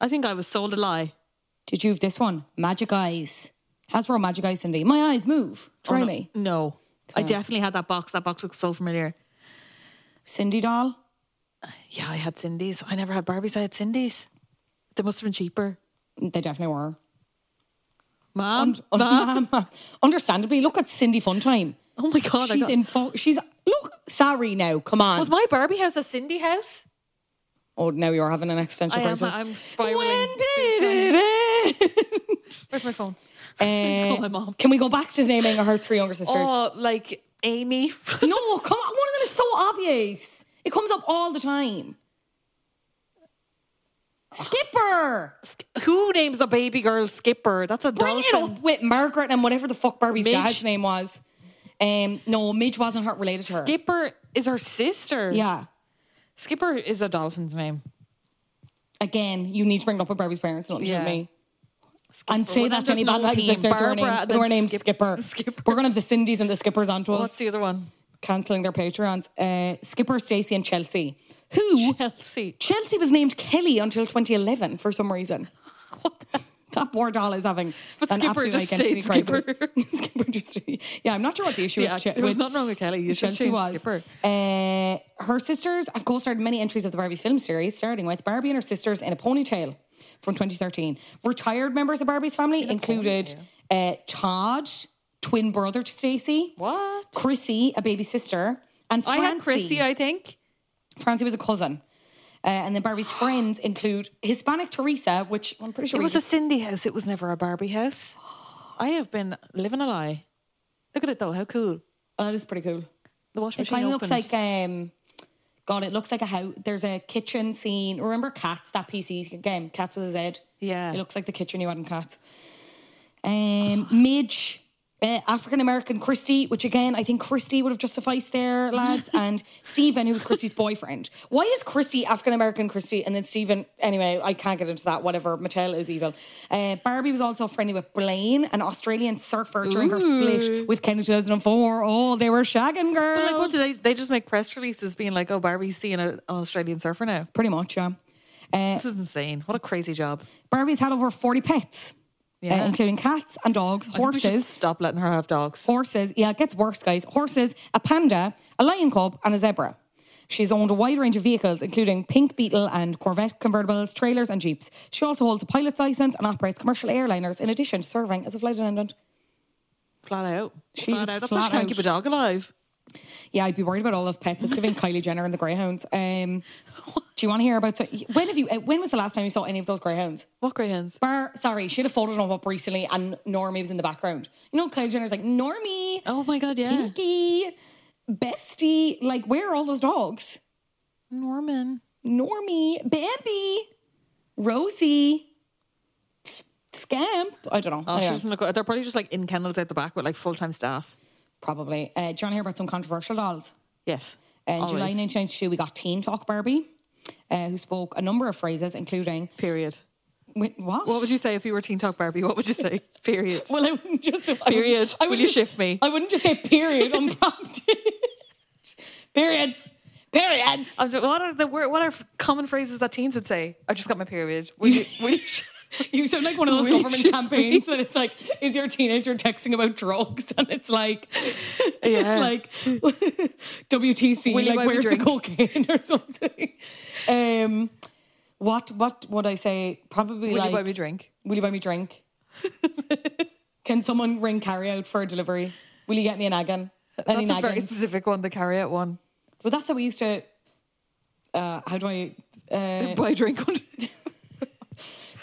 Speaker 1: I think I was sold a lie.
Speaker 2: Did you have this one? Magic Eyes. Has real magic eyes, Cindy. My eyes move.
Speaker 1: Oh,
Speaker 2: Try
Speaker 1: no.
Speaker 2: me.
Speaker 1: No. I definitely had that box. That box looks so familiar.
Speaker 2: Cindy doll.
Speaker 1: Yeah, I had Cindy's. I never had Barbie's. I had Cindy's. They must have been cheaper.
Speaker 2: They definitely were.
Speaker 1: Mom, mom.
Speaker 2: Understandably, look at Cindy Funtime.
Speaker 1: Oh my God. I
Speaker 2: she's
Speaker 1: got-
Speaker 2: in. Fo- she's look. Sorry now. Come on.
Speaker 1: Was my Barbie house a Cindy house?
Speaker 2: Oh, now you're having an existential
Speaker 1: I am.
Speaker 2: crisis.
Speaker 1: I'm spiraling
Speaker 2: When
Speaker 1: big
Speaker 2: did it
Speaker 1: Where's my phone?
Speaker 2: end?
Speaker 1: call my mom.
Speaker 2: Can we go back to the naming of her three younger sisters?
Speaker 1: Oh, like Amy.
Speaker 2: No, come on. One of them is so obvious. It comes up all the time. Skipper.
Speaker 1: Who names a baby girl Skipper? That's a
Speaker 2: Bring it
Speaker 1: dolphin.
Speaker 2: up with Margaret and whatever the fuck Barbie's
Speaker 1: Midge.
Speaker 2: dad's name was. Um, no, Midge wasn't her related to her.
Speaker 1: Skipper is her sister.
Speaker 2: Yeah.
Speaker 1: Skipper is a dolphin's name.
Speaker 2: Again, you need to bring it up with Barbie's parents, not
Speaker 1: Yeah.
Speaker 2: yeah. me. And say
Speaker 1: Well,
Speaker 2: that to
Speaker 1: there's
Speaker 2: any
Speaker 1: no
Speaker 2: bad lads and
Speaker 1: team.
Speaker 2: sisters who
Speaker 1: Barbara
Speaker 2: are named,
Speaker 1: and
Speaker 2: who are
Speaker 1: then
Speaker 2: named
Speaker 1: Skip-
Speaker 2: Skipper.
Speaker 1: Skipper.
Speaker 2: We're going to have the Cindy's and the Skippers onto us.
Speaker 1: What's the other one?
Speaker 2: cancelling their Patreons. Uh, Skipper, Stacey, and Chelsea. Who?
Speaker 1: Chelsea.
Speaker 2: Chelsea was named Kelly until 2011 for some reason. That poor doll is having
Speaker 1: But
Speaker 2: an
Speaker 1: Skipper
Speaker 2: absolute
Speaker 1: just
Speaker 2: identity
Speaker 1: stayed
Speaker 2: crisis.
Speaker 1: Skipper.
Speaker 2: Skipper just, yeah, I'm not sure what the issue
Speaker 1: Yeah,
Speaker 2: was. with,
Speaker 1: there was nothing wrong with Kelly. You should
Speaker 2: Chelsea
Speaker 1: change
Speaker 2: was.
Speaker 1: Skipper.
Speaker 2: Uh, her sisters have co-starred in many entries of the Barbie film series, starting with Barbie and her sisters in a ponytail from 2013. Retired members of Barbie's family included uh, Todd, twin brother to Stacey.
Speaker 1: What?
Speaker 2: Chrissy, a baby sister, and
Speaker 1: I
Speaker 2: Francie.
Speaker 1: had Chrissy, uh, I think.
Speaker 2: Francie was a cousin. Uh, and then Barbie's friends include Hispanic Teresa, which I'm pretty
Speaker 1: It
Speaker 2: sure we
Speaker 1: was a
Speaker 2: just-
Speaker 1: Cindy house. It was never a Barbie house. I have been living a lie. Look at it though. How cool.
Speaker 2: Oh, that is pretty cool.
Speaker 1: The washing
Speaker 2: It
Speaker 1: machine
Speaker 2: kind of looks
Speaker 1: opened.
Speaker 2: like um, God, it looks like a house. There's a kitchen scene. Remember Cats? That PC game, Cats with a Z.
Speaker 1: Yeah.
Speaker 2: it looks like the kitchen you had in Cats. Um, Midge, Uh, African American Christy, which again I think Christy would have justified there, lads, and Stephen, who was Christy's boyfriend. Why is Christy African American Christy, and then Stephen? Anyway, I can't get into that. Whatever, Mattel is evil. Uh, Barbie was also friendly with Blaine, an Australian surfer, during her split with Ken in 2004. Oh, they were shagging girls.
Speaker 1: But like, what do they? They just make press releases being like, "Oh, Barbie's seeing a- an Australian surfer now."
Speaker 2: Pretty much, yeah. Uh,
Speaker 1: This is insane. What a crazy job.
Speaker 2: Barbie's had over 40 pets, uh, including cats and dogs,
Speaker 1: I think we should
Speaker 2: horses.
Speaker 1: Stop letting her have dogs.
Speaker 2: Horses, yeah, it gets worse, guys. Horses, a panda, a lion cub, and a zebra. She's owned a wide range of vehicles, including Pink Beetle and Corvette convertibles, trailers, and Jeeps. She also holds a pilot's license and operates commercial airliners, in addition to serving as a flight attendant.
Speaker 1: Flat out.
Speaker 2: She
Speaker 1: flat
Speaker 2: is
Speaker 1: out. That's why
Speaker 2: flat
Speaker 1: she can't
Speaker 2: out.
Speaker 1: keep a dog alive.
Speaker 2: Yeah, I'd be worried about all those pets. It's giving Kylie Jenner and the Greyhounds. Um, do you want to hear about? When have you? uh, When was the last time you saw any of those Greyhounds?
Speaker 1: What greyhounds?
Speaker 2: Bar, sorry, she had a photo done up recently and Normie was in the background. You know, Kylie Jenner's like, Normie,
Speaker 1: Oh my god, yeah.
Speaker 2: Pinky, Bestie. Like, where are all those dogs?
Speaker 1: Norman.
Speaker 2: Normie, Bambi, Rosie, S- Scamp. I don't know.
Speaker 1: Oh,
Speaker 2: Anyway,
Speaker 1: she doesn't look. They're probably just like in kennels out the back with like full time staff.
Speaker 2: probably. Uh, do you want to hear about some controversial dolls?
Speaker 1: Yes.
Speaker 2: Uh, in
Speaker 1: Always.
Speaker 2: July 1992, we got Teen Talk Barbie, uh, who spoke a number of phrases, including,
Speaker 1: Period.
Speaker 2: Wait, what?
Speaker 1: What would you say if you were Teen Talk Barbie? What would you say? Period.
Speaker 2: Well, I wouldn't just. I wouldn't-
Speaker 1: Period.
Speaker 2: I
Speaker 1: Will
Speaker 2: wouldn't
Speaker 1: you
Speaker 2: just-
Speaker 1: shift me?
Speaker 2: I wouldn't just say period unprompted. Periods. Periods.
Speaker 1: I don't- what are uh, the wor- what are common phrases that teens would say? I just got my period. Will you, will you sh-
Speaker 2: You sound like one of those
Speaker 1: Will you
Speaker 2: government
Speaker 1: shift
Speaker 2: campaigns that it's like, is your teenager texting about drugs? And it's like,
Speaker 1: Yeah.
Speaker 2: it's like WTC,
Speaker 1: Will you buy
Speaker 2: like
Speaker 1: me
Speaker 2: where's the
Speaker 1: drink?
Speaker 2: cocaine or something? Um, what what would I say? Probably
Speaker 1: will
Speaker 2: like,
Speaker 1: you buy me a drink?
Speaker 2: Will you buy me drink? Can someone ring carry out for a delivery? Will you get me an agan? Any
Speaker 1: That's a very
Speaker 2: naggins?
Speaker 1: specific one, the carry out one.
Speaker 2: Well, that's how we used to. Uh, how do I? Uh,
Speaker 1: Buy a drink one.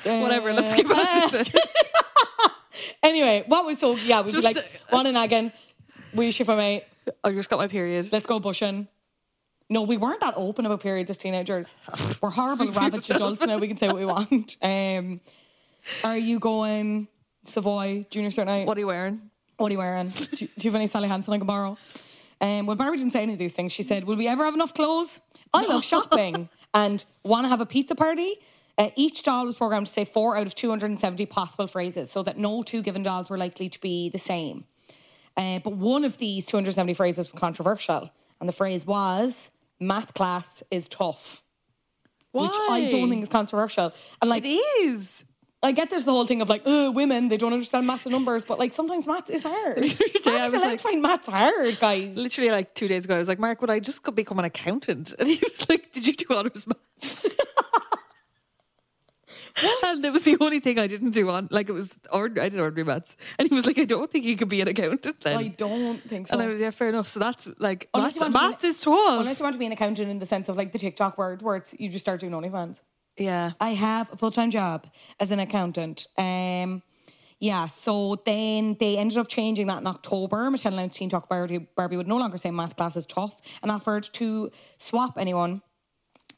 Speaker 1: Whatever, let's skip past it.
Speaker 2: anyway, what was so? Yeah, we'd be
Speaker 1: Just,
Speaker 2: like one and again. We ship a mate.
Speaker 1: I just got my period.
Speaker 2: Let's go bushing. No, we weren't that open about periods as teenagers. We're horrible, ravaged adults now. We can say what we want. Um, are you going Savoy Junior Cert night?
Speaker 1: What are you wearing?
Speaker 2: What are you wearing? Do you, do you have any Sally Hansen I can borrow? Um, well, Barbie didn't say any of these things. She said, Will we ever have enough clothes? I love shopping and want to have a pizza party. Uh, each doll was programmed to say four out of 270 possible phrases so that no two given dolls were likely to be the same. Uh, but one of these 270 phrases was controversial, and the phrase was, Math class is tough, which I don't
Speaker 1: Why?
Speaker 2: think is controversial. And like,
Speaker 1: it is.
Speaker 2: I get there's the whole thing of like, oh, women, they don't understand maths and numbers, but like sometimes maths is
Speaker 1: I
Speaker 2: hard. I
Speaker 1: was
Speaker 2: was like,
Speaker 1: like-
Speaker 2: find maths hard, guys.
Speaker 1: Literally, like two days ago, I was like, "Mark, would I just go become an accountant?" And he was like, "Did you do honors maths?" and that was the only thing I didn't do on. Like it was ordinary. I did ordinary maths, and he was like, "I don't think you could be an accountant then."
Speaker 2: I don't think so.
Speaker 1: And I was yeah, fair enough. So that's like
Speaker 2: Unless
Speaker 1: maths,
Speaker 2: you want to be an-
Speaker 1: maths is twelve.
Speaker 2: Unless you want to be an accountant in the sense of like the TikTok word, where it's you just start doing OnlyFans.
Speaker 1: yeah,
Speaker 2: I have a full time job as an accountant. Um, yeah, so then they ended up changing that in October. Michelle announced Teen Talk Barbie, Barbie would no longer say math class is tough and offered to swap anyone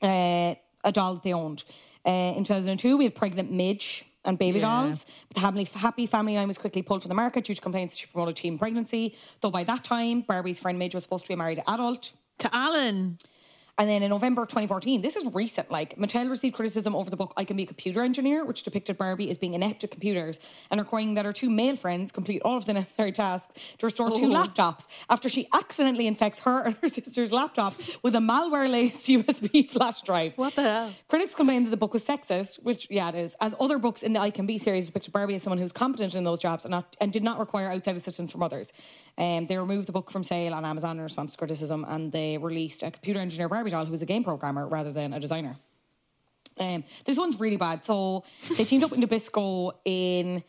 Speaker 2: uh, a doll that they owned. Uh, in 2002, we had pregnant Midge and baby dolls. But the happy, happy family line was quickly pulled from the market due to complaints that she promoted teen pregnancy. Though by that time, Barbie's friend Midge was supposed to be a married adult.
Speaker 1: to Alan.
Speaker 2: And then in November 2014, this is recent, like, Mattel received criticism over the book I Can Be a Computer Engineer, which depicted Barbie as being inept at computers and requiring that her two male friends complete all of the necessary tasks to restore two
Speaker 1: Oh.
Speaker 2: laptops after she accidentally infects her and her sister's laptop with a malware laced USB flash drive.
Speaker 1: What the hell?
Speaker 2: Critics complained that the book was sexist, which, yeah, it is, as other books in the I Can Be series depicted Barbie as someone who was competent in those jobs and, not, and did not require outside assistance from others. Um, they removed the book from sale on Amazon in response to criticism, and they released a computer engineer Barbie doll who was a game programmer rather than a designer. Um, this one's really bad. So they teamed up in Nabisco in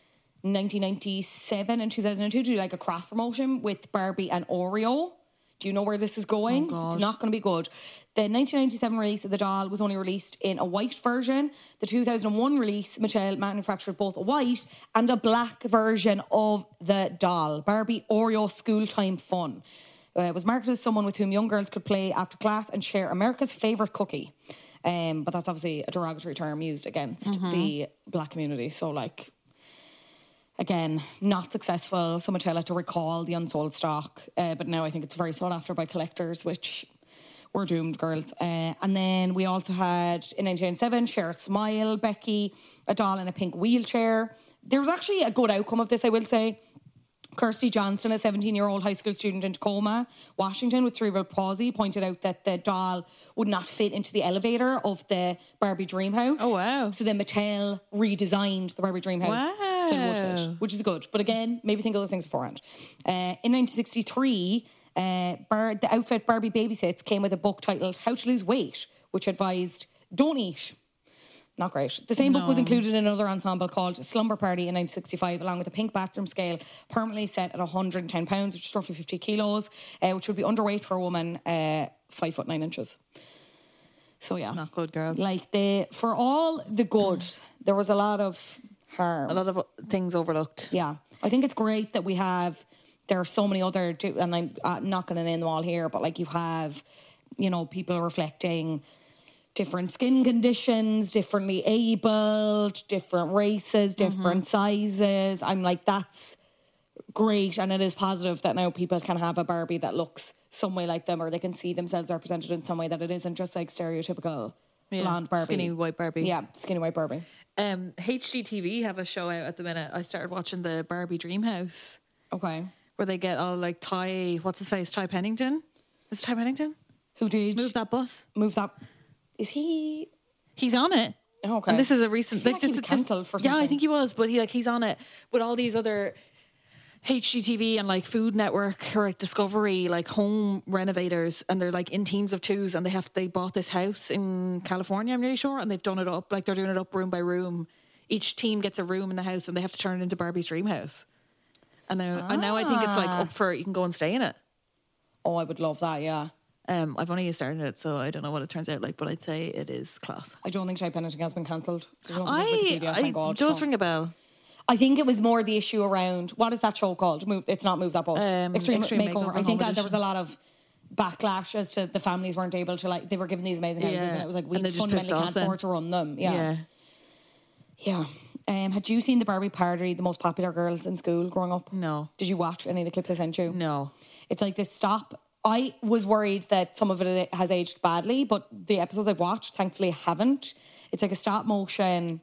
Speaker 2: 1997 and 2002 to do like a cross promotion with Barbie and Oreo. Do you know where this is going? it's not going to be good. The 1997 release of the doll was only released in a white version. The 2001 release, Mattel manufactured both a white and a black version of the doll, Barbie Oreo School Time Fun. Uh, it was marketed as someone with whom young girls could play after class and share America's favorite cookie. Um, but that's obviously a derogatory term used against the black community. So, like, again, not successful. So Mattel had to recall the unsold stock, uh, but now I think it's very sought after by collectors, which we're doomed, girls. Uh, and then we also had in 1997 Cher Smile, Becky, a doll in a pink wheelchair. There was actually a good outcome of this, I will say. Kirsty Johnston, a 17 year old high school student in Tacoma, Washington, with cerebral palsy, pointed out that the doll would not fit into the elevator of the Barbie Dream House.
Speaker 1: Oh, wow.
Speaker 2: So then Mattel redesigned the Barbie Dream House. So it would fit, which is good. But again, maybe think of those things beforehand. Uh, in 1963, uh, Bar- the outfit Barbie Babysits came with a book titled How to Lose Weight, which advised don't eat not great. The same book was included in another ensemble called Slumber Party in 1965, along with a pink bathroom scale permanently set at 110 pounds, which is roughly 50 kilos, uh, which would be underweight for a woman, uh, five foot nine inches. So yeah,
Speaker 1: Not good, girls.
Speaker 2: Like the for all the good, there was a lot of harm.
Speaker 1: A lot of things overlooked.
Speaker 2: Yeah, I think it's great that we have. There are so many other, do- and I'm uh, not going to name them all here, but like you have, you know, people reflecting different skin conditions, differently abled, different races,
Speaker 1: Mm-hmm.
Speaker 2: different sizes. I'm like, that's great, and it is positive that now people can have a Barbie that looks some way like them, or they can see themselves represented in some way that it isn't just like stereotypical
Speaker 1: Yeah,
Speaker 2: blonde Barbie,
Speaker 1: skinny white Barbie.
Speaker 2: Yeah, skinny white Barbie.
Speaker 1: Um, HGTV have a show out at the minute. I started watching the Barbie Dream House
Speaker 2: Okay,
Speaker 1: where they get all like Ty, what's his face, Ty Pennington? Is it Ty Pennington?
Speaker 2: who did
Speaker 1: Move that bus.
Speaker 2: move that? Is he
Speaker 1: He's on it.
Speaker 2: Oh, Okay.
Speaker 1: And this is a
Speaker 2: I
Speaker 1: recent.
Speaker 2: feel
Speaker 1: Like,
Speaker 2: like
Speaker 1: this
Speaker 2: he was
Speaker 1: is this-
Speaker 2: cancelled for
Speaker 1: Yeah, I
Speaker 2: something.
Speaker 1: think he was, but he like he's on it with all these other HGTV and like Food Network or like Discovery, like home renovators, and they're like in teams of twos, and they have they bought this house in California, I'm nearly sure, and they've done it up like they're doing it up room by room. Each team gets a room in the house, and they have to turn it into Barbie's dream house. And now, and now I think it's like
Speaker 2: Ah.
Speaker 1: up for you can go and stay in it.
Speaker 2: Oh, I would love that. Yeah,
Speaker 1: Um, I've only started it, so I don't know what it turns out like, but I'd say it is class.
Speaker 2: I don't think Shy Pennington has been cancelled. There's nothing on
Speaker 1: I,
Speaker 2: Wikipedia,
Speaker 1: I
Speaker 2: thank God.
Speaker 1: does
Speaker 2: so.
Speaker 1: ring a bell.
Speaker 2: I think it was more the issue around what is that show called? Move, it's not Move That Bus.
Speaker 1: Um,
Speaker 2: Extreme,
Speaker 1: Extreme
Speaker 2: Makeover.
Speaker 1: Makeover
Speaker 2: I think that
Speaker 1: Home
Speaker 2: there was a lot of backlash as to the families weren't able to like they were given these amazing houses
Speaker 1: Yeah.
Speaker 2: and it was like we
Speaker 1: And they're just pissed
Speaker 2: fundamentally
Speaker 1: off
Speaker 2: can't
Speaker 1: then.
Speaker 2: afford to run them. Yeah,
Speaker 1: yeah.
Speaker 2: yeah. Um, had you seen the Barbie parody, the most popular girls in school growing up?
Speaker 1: No.
Speaker 2: Did you watch any of the clips I sent you?
Speaker 1: No.
Speaker 2: It's like this stop. I was worried that some of it has aged badly, but the episodes I've watched, thankfully, haven't. It's like a stop motion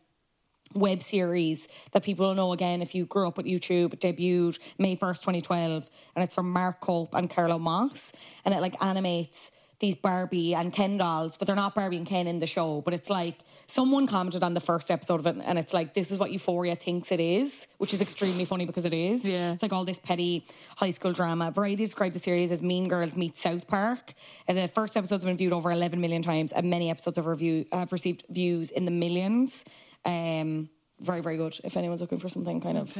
Speaker 2: web series that people will know again if you grew up with YouTube. It debuted May 1st, 2012, and it's from Mark Cope and Carlo Moss. And it like animates these Barbie and Ken dolls, but they're not Barbie and Ken in the show. But it's like someone commented on the first episode of it, and it's like, this is what Euphoria thinks it is, which is extremely funny because it is.
Speaker 1: Yeah.
Speaker 2: It's like all this petty high school drama. Variety described the series as Mean Girls Meet South Park. And the first episodes have been viewed over 11 million times, and many episodes have, review, have received views in the millions. Um, very, very good if anyone's looking for something kind of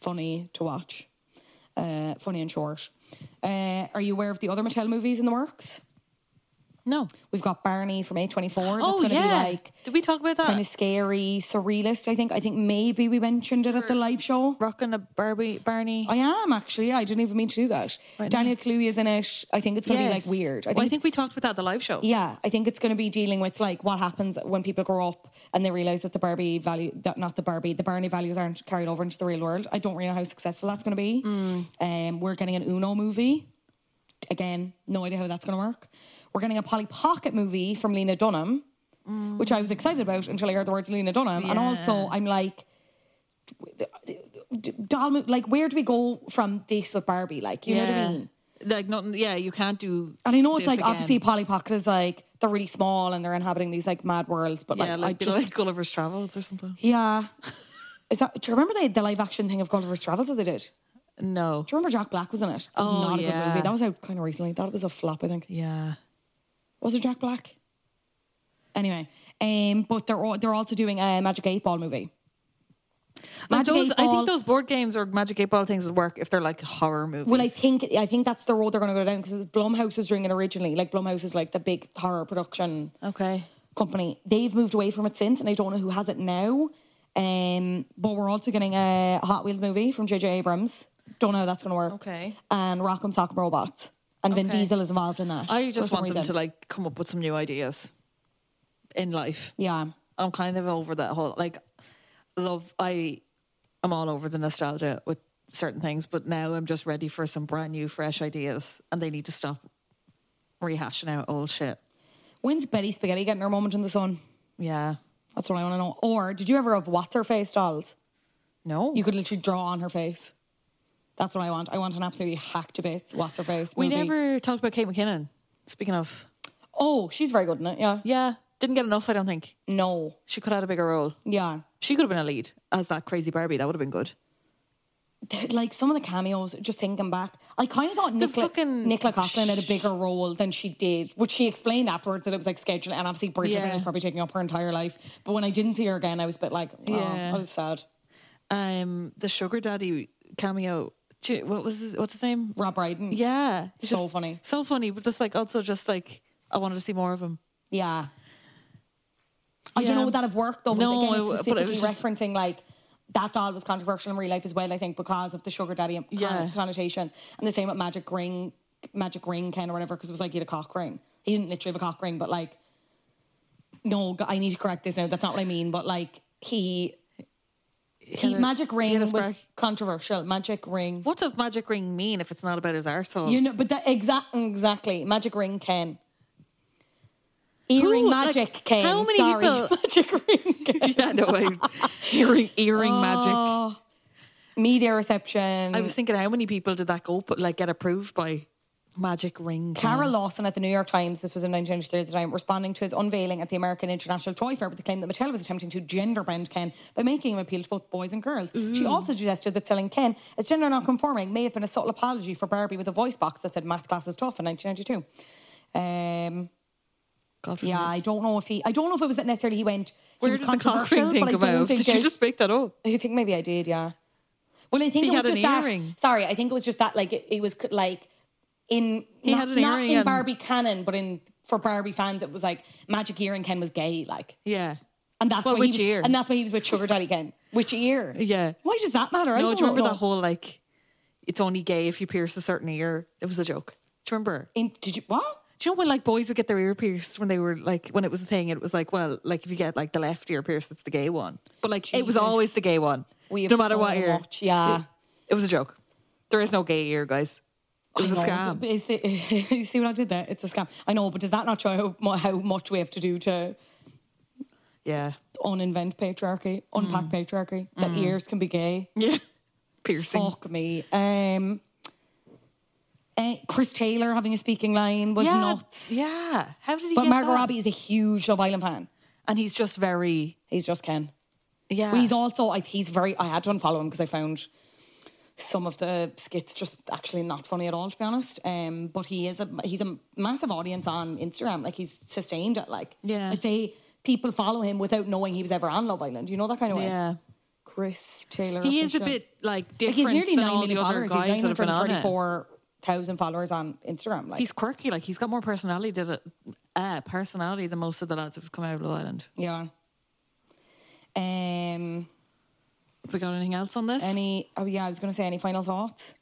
Speaker 2: funny to watch, uh, funny and short. Uh, are you aware of the other Mattel movies in the works?
Speaker 1: No.
Speaker 2: We've got Barney from A24. That's
Speaker 1: Oh,
Speaker 2: going to
Speaker 1: yeah.
Speaker 2: be like.
Speaker 1: Did we talk about that?
Speaker 2: Kind of scary, surrealist, I think. I think maybe we mentioned it at the live show.
Speaker 1: Rocking a Barbie Barney.
Speaker 2: I am actually. I didn't even mean to do that. Daniel Kaluuya is in it. I think it's going to be like weird.
Speaker 1: I think, well, I
Speaker 2: it's-
Speaker 1: think we talked about that at the live show.
Speaker 2: yeah, I think it's going to be dealing with like what happens when people grow up and they realize that the Barbie value, that not the Barbie, the Barney values aren't carried over into the real world. I don't really know how successful that's going to be. Um, we're getting an Uno movie. Again, no idea how that's going to work. We're getting a Polly Pocket movie from Lena Dunham, which I was excited about until I heard the words Lena Dunham, and also I'm like. d- Doll, mo- like, where do we go from this with Barbie? Like, you know what I mean?
Speaker 1: Like nothing. Yeah, you can't do.
Speaker 2: And I know it's
Speaker 1: this
Speaker 2: like
Speaker 1: again.
Speaker 2: obviously Polly Pocket is like they're really small and they're inhabiting these like mad worlds, but like,
Speaker 1: yeah,
Speaker 2: I
Speaker 1: like, be
Speaker 2: just
Speaker 1: like Gulliver's Travels or something.
Speaker 2: yeah. Is that do you remember the, the live action thing of Gulliver's Travels that they did?
Speaker 1: No.
Speaker 2: Do you remember Jack Black was in it? That was
Speaker 1: Oh,
Speaker 2: not a good
Speaker 1: yeah.
Speaker 2: movie. That was out kind of recently. That was a flop, I think.
Speaker 1: Yeah.
Speaker 2: Was it Jack Black? Anyway, um, but they're all, they're also doing a Magic Eight Ball movie.
Speaker 1: Like
Speaker 2: Magic
Speaker 1: Oh, those,
Speaker 2: Eight
Speaker 1: I
Speaker 2: Ball-
Speaker 1: think those board games or Magic Eight Ball things would work if they're like horror movies.
Speaker 2: Well, I think I think that's the road they're going to go down because Blumhouse was doing it originally. Like Blumhouse is like the big horror production
Speaker 1: Okay.
Speaker 2: company. They've moved away from it since, and I don't know who has it now. Um, but we're also getting a Hot Wheels movie from JJ Abrams. Don't know how that's going to work.
Speaker 1: Okay.
Speaker 2: And Rock'em Sock'em Robots. And Vin
Speaker 1: Okay.
Speaker 2: Diesel is involved in that.
Speaker 1: I
Speaker 2: for
Speaker 1: just
Speaker 2: some
Speaker 1: want them
Speaker 2: reason.
Speaker 1: to like come up with some new ideas in life.
Speaker 2: Yeah.
Speaker 1: I'm kind of over that whole like love. I I'm all over the nostalgia with certain things, but now I'm just ready for some brand new, fresh ideas, and they need to stop rehashing out old shit.
Speaker 2: When's Betty Spaghetti getting her moment in the sun?
Speaker 1: Yeah.
Speaker 2: That's what I want to know. Or did you ever have what's her face dolls?
Speaker 1: No.
Speaker 2: You could literally draw on her face. That's what I want. I want an absolutely hacked to bits. What's her face?
Speaker 1: we
Speaker 2: movie.
Speaker 1: never talked about Kate McKinnon. Speaking of,
Speaker 2: Oh, she's very good in it. Yeah.
Speaker 1: yeah, didn't get enough. I don't think
Speaker 2: No.
Speaker 1: she could have had a bigger role.
Speaker 2: Yeah.
Speaker 1: She could have been a lead as that crazy Barbie. That would have been good.
Speaker 2: Like some of the cameos, just thinking back, I kind of thought Nicola,
Speaker 1: fucking-
Speaker 2: Nicola Coughlin had a bigger role than she did, which she explained afterwards that it was like scheduled. And obviously, Bridgerton
Speaker 1: Yeah.
Speaker 2: was probably taking up her entire life. But when I didn't see her again, I was a bit like, oh,
Speaker 1: Yeah.
Speaker 2: I was sad.
Speaker 1: Um, the sugar daddy cameo. Gee, What was his, what's his name?
Speaker 2: Rob Brydon.
Speaker 1: Yeah, it's
Speaker 2: So funny.
Speaker 1: so funny, but just like also just like I wanted to see more of him.
Speaker 2: Yeah. I
Speaker 1: Yeah.
Speaker 2: don't know would that have worked though because
Speaker 1: No,
Speaker 2: again
Speaker 1: it
Speaker 2: it's
Speaker 1: w- but
Speaker 2: specifically
Speaker 1: it was just-
Speaker 2: referencing like that doll was controversial in real life as well, I think, because of the sugar daddy and
Speaker 1: Yeah.
Speaker 2: connotations. And the same with magic ring magic ring Ken or whatever, because it was like he had a cock ring. He didn't literally have a cock ring, but like no, g- I need to correct this now. That's not what I mean, but like he he, magic ring
Speaker 1: had a
Speaker 2: was
Speaker 1: spark.
Speaker 2: controversial. Magic ring.
Speaker 1: What's a magic ring mean if it's not about his arsehole?
Speaker 2: You know, but that exact exactly magic ring Ken. Earring
Speaker 1: Who- like,
Speaker 2: magic Ken.
Speaker 1: how many
Speaker 2: Sorry,
Speaker 1: people-
Speaker 2: magic ring Ken.
Speaker 1: yeah, no, I, earring earring magic.
Speaker 2: Media reception.
Speaker 1: Oh. I was thinking, how many people did that go put, like get approved by magic ring?
Speaker 2: Carol Lawson at the New York Times, this was in 1993 at the time, responding to his unveiling at the American International Toy Fair with the claim that Mattel was attempting to gender bend Ken by making him appeal to both boys and girls. She also suggested that selling Ken as gender non conforming may have been a subtle apology for Barbie with a voice box that said math class is tough in 1992. Um,
Speaker 1: God
Speaker 2: yeah, I
Speaker 1: forbid.
Speaker 2: don't know if he, I don't know if it was that necessarily he went,
Speaker 1: Where
Speaker 2: he was
Speaker 1: did the cock ring
Speaker 2: controversial,
Speaker 1: thing
Speaker 2: but I
Speaker 1: come
Speaker 2: don't
Speaker 1: out? of?
Speaker 2: think
Speaker 1: Did you
Speaker 2: there's-
Speaker 1: just make that up?
Speaker 2: I think maybe I did, yeah. Well, I think
Speaker 1: He
Speaker 2: it was
Speaker 1: had an
Speaker 2: just that.
Speaker 1: earring.
Speaker 2: Sorry, I think it was just that. Like it, it was c- like in
Speaker 1: He
Speaker 2: not,
Speaker 1: had an
Speaker 2: not
Speaker 1: earring
Speaker 2: in
Speaker 1: and-
Speaker 2: Barbie canon, but in for Barbie fans, it was like Magic Ear and Ken was gay, like,
Speaker 1: Yeah.
Speaker 2: and that's
Speaker 1: Well,
Speaker 2: why he
Speaker 1: which
Speaker 2: was,
Speaker 1: ear?
Speaker 2: and that's why he was with Sugar Daddy Ken. Which ear?
Speaker 1: Yeah.
Speaker 2: Why does that matter? I
Speaker 1: no,
Speaker 2: don't
Speaker 1: do you remember
Speaker 2: know.
Speaker 1: that whole like? It's only gay if you pierce a certain ear. It was a joke. Do you remember?
Speaker 2: In, did you what?
Speaker 1: Do you know when like boys would get their ear pierced when they were like when it was a thing? It was like, well, like if you get like the left ear pierced, it's the gay one. But like it was
Speaker 2: Jesus.
Speaker 1: always the gay one,
Speaker 2: We have
Speaker 1: no matter
Speaker 2: so
Speaker 1: what ear.
Speaker 2: much, yeah.
Speaker 1: it, it was a joke. There is no gay ear, guys. It was a
Speaker 2: I know,
Speaker 1: scam.
Speaker 2: but Is the, you see what I did there? It's a scam. I know, but does that not show how, mu- how much we have to do to
Speaker 1: yeah,
Speaker 2: uninvent patriarchy, unpack
Speaker 1: Mm.
Speaker 2: patriarchy? That ears can be gay.
Speaker 1: yeah. Piercings.
Speaker 2: Fuck me. Um, eh, Chris Taylor having a speaking line was
Speaker 1: yeah,
Speaker 2: nuts.
Speaker 1: Yeah. How did he?
Speaker 2: But
Speaker 1: get
Speaker 2: Margot
Speaker 1: that?
Speaker 2: Robbie is a huge Love Island fan.
Speaker 1: and he's just very
Speaker 2: He's just Ken.
Speaker 1: yeah.
Speaker 2: Well, he's also, I, he's very, I had to unfollow him because I found some of the skits just actually not funny at all, to be honest. Um, but he is a, he's a massive audience on Instagram. Like he's sustained it. Like,
Speaker 1: Yeah.
Speaker 2: I'd say people follow him without knowing he was ever on Love Island. You know that kind of way?
Speaker 1: yeah.
Speaker 2: Chris Taylor.
Speaker 1: He is a
Speaker 2: official.
Speaker 1: bit like
Speaker 2: Like
Speaker 1: different
Speaker 2: he's nearly
Speaker 1: than
Speaker 2: 9
Speaker 1: all
Speaker 2: million
Speaker 1: the other
Speaker 2: followers. He's
Speaker 1: guys that have been on it.
Speaker 2: 934,000 followers on Instagram. Like,
Speaker 1: He's quirky. Like he's got more personality than uh, personality than most of the lads have come out of Blue Island.
Speaker 2: yeah. Um,
Speaker 1: Have we got anything else on this?
Speaker 2: any, oh yeah, I was going to say, any final thoughts?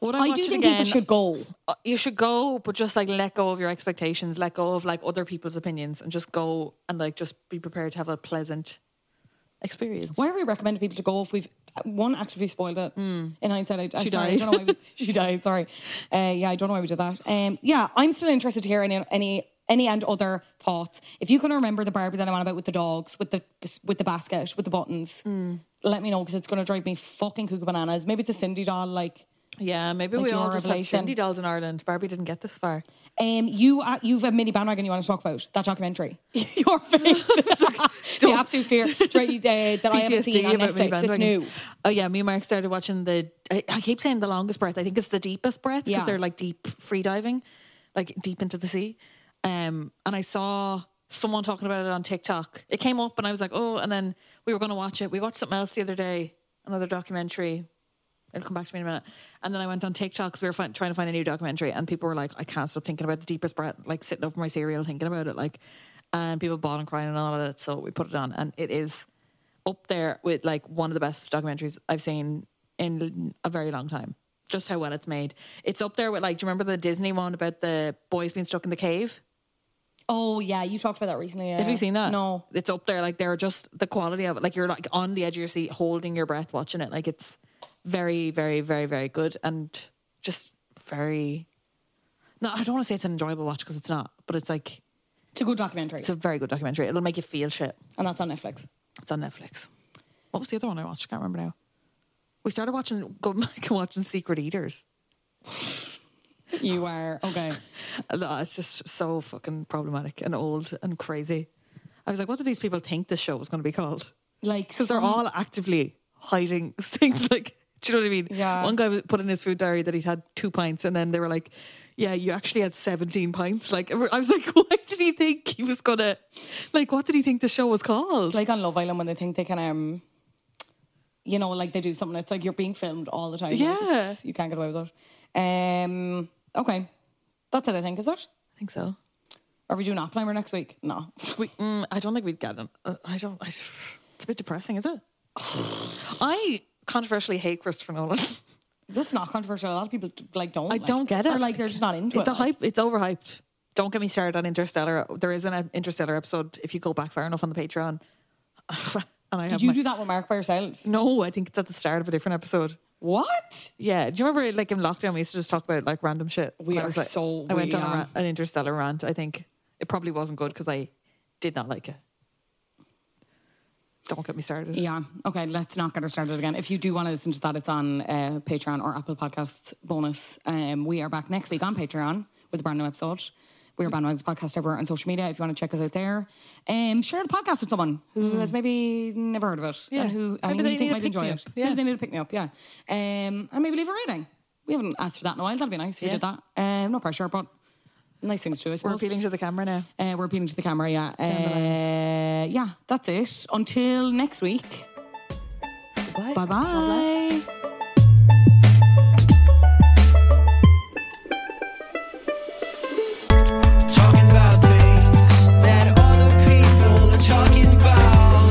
Speaker 1: Would
Speaker 2: I
Speaker 1: watch
Speaker 2: do
Speaker 1: it
Speaker 2: think people
Speaker 1: again?
Speaker 2: should go.
Speaker 1: Uh, You should go, but just like let go of your expectations, let go of like other people's opinions, and just go and like just be prepared to have a pleasant experience.
Speaker 2: Why are we recommending people to go if we've, one, actually spoiled it. In hindsight, I, I,
Speaker 1: Hmm. She
Speaker 2: sorry, I
Speaker 1: died.
Speaker 2: don't know why we, she died, sorry. Uh, yeah, I don't know why we did that. Um, yeah, I'm still interested to hear any, any, any and other thoughts. If you can remember the Barbie that I'm on about with the dogs, with the, with the basket, with the buttons,
Speaker 1: Hmm.
Speaker 2: let me know because it's going to drive me fucking cuckoo bananas. Maybe it's a Cindy doll, like,
Speaker 1: Yeah, maybe
Speaker 2: Like
Speaker 1: we
Speaker 2: your
Speaker 1: all just
Speaker 2: revelation.
Speaker 1: had Cindy dolls in Ireland. Barbie didn't get this far.
Speaker 2: Um, you uh, you've a mini bandwagon you want to talk about that documentary. Your face, the absolute fear right, uh, that I haven't seen on
Speaker 1: about mini
Speaker 2: Netflix. It's
Speaker 1: bandwagons.
Speaker 2: new.
Speaker 1: Oh yeah, me and Mark started watching the. I, I keep saying the longest breath. I think it's the deepest breath because
Speaker 2: Yeah.
Speaker 1: they're like deep free diving, like deep into the sea. Um, and I saw someone talking about it on TikTok. It came up, and I was like, oh. And then we were going to watch it. We watched something else the other day, another documentary. It'll come back to me in a minute. And then I went on TikTok because we were fin- trying to find a new documentary, and people were like, I can't stop thinking about the deepest breath, like sitting over my cereal thinking about it, like. And people bawling and crying and all of that. So we put it on, and it is up there with like one of the best documentaries I've seen in a very long time. Just how well it's made. It's up there with like, do you remember the Disney one about the boys being stuck in the cave?
Speaker 2: Oh yeah, you talked about that recently. Yeah.
Speaker 1: Have you seen that?
Speaker 2: No.
Speaker 1: It's up there. Like they're just the quality of it. Like you're like on the edge of your seat, holding your breath, watching it. Like it's very, very, very, very good and just very. No, I don't want to say it's an enjoyable watch because it's not, but it's like
Speaker 2: It's a good documentary,
Speaker 1: it's a very good documentary. It'll make you feel shit.
Speaker 2: and that's on Netflix.
Speaker 1: It's on Netflix. What was the other one I watched? I can't remember now. We started watching, going back and watching Secret Eaters.
Speaker 2: You are okay.
Speaker 1: Uh, It's just so fucking problematic and old and crazy. I was like, what did these people think this show was going to be called?
Speaker 2: Like
Speaker 1: because they're
Speaker 2: some-
Speaker 1: all actively hiding things. Like, do you know what I mean?
Speaker 2: Yeah.
Speaker 1: One guy was- put in his food diary that he'd had two pints, and then they were like, "Yeah, you actually had seventeen pints." Like, I was like, "Why did he think he was gonna? Like, what did he think the show was called?"
Speaker 2: It's like on Love Island when they think they can, um, you know, like they do something. It's like you're being filmed all the time. Like,
Speaker 1: Yeah.
Speaker 2: it's- you can't get away with it. Um, okay, that's it. I think is it.
Speaker 1: I think so.
Speaker 2: Are we doing Oppenheimer next week? No.
Speaker 1: We, mm, I don't think we'd get them. Uh, I don't. I, it's a bit depressing, is it? I controversially hate Christopher Nolan.
Speaker 2: This is not controversial. A lot of people like don't.
Speaker 1: I
Speaker 2: like
Speaker 1: don't get it.
Speaker 2: Or like they're just not into it.
Speaker 1: The
Speaker 2: like.
Speaker 1: hype, it's overhyped. Don't get me started on Interstellar. There is an Interstellar episode if you go back far enough on the Patreon. and I
Speaker 2: Did
Speaker 1: have
Speaker 2: you
Speaker 1: my-
Speaker 2: do that with Mark by yourself?
Speaker 1: No, I think it's at the start of a different episode.
Speaker 2: What?
Speaker 1: Yeah. Do you remember like in lockdown we used to just talk about like random shit?
Speaker 2: We
Speaker 1: And I
Speaker 2: are
Speaker 1: was like,
Speaker 2: so-
Speaker 1: I went
Speaker 2: we
Speaker 1: on a
Speaker 2: are.
Speaker 1: rant, an interstellar rant. I think it probably wasn't good because I did not like it. Don't get me started.
Speaker 2: Yeah. Okay. Let's not get her started again. If you do want to listen to that, it's on uh, Patreon or Apple Podcasts bonus. Um, we are back next week on Patreon with a brand new episode. We are Bandwagon's podcast everywhere on social media. If you want to check us out there, um, share the podcast with someone who has maybe never heard of it
Speaker 1: Hmm. Yeah.
Speaker 2: and who
Speaker 1: Maybe
Speaker 2: and
Speaker 1: they
Speaker 2: who you
Speaker 1: need
Speaker 2: think
Speaker 1: a
Speaker 2: might enjoy it.
Speaker 1: pick-me-up. Yeah.
Speaker 2: Maybe they need to pick me up. Yeah. Um, and maybe leave a rating. We haven't asked for that in a while. That'd be nice if
Speaker 1: Yeah.
Speaker 2: you did that. Um, no pressure, but nice things to do. I
Speaker 1: We're
Speaker 2: suppose.
Speaker 1: appealing to the camera now.
Speaker 2: Uh, we're appealing to the camera, yeah.
Speaker 1: the
Speaker 2: Uh, yeah, that's it. Until next week.
Speaker 1: Goodbye. God
Speaker 2: Bye
Speaker 1: bless.
Speaker 2: bye.
Speaker 4: Talking about things that other people are talking about.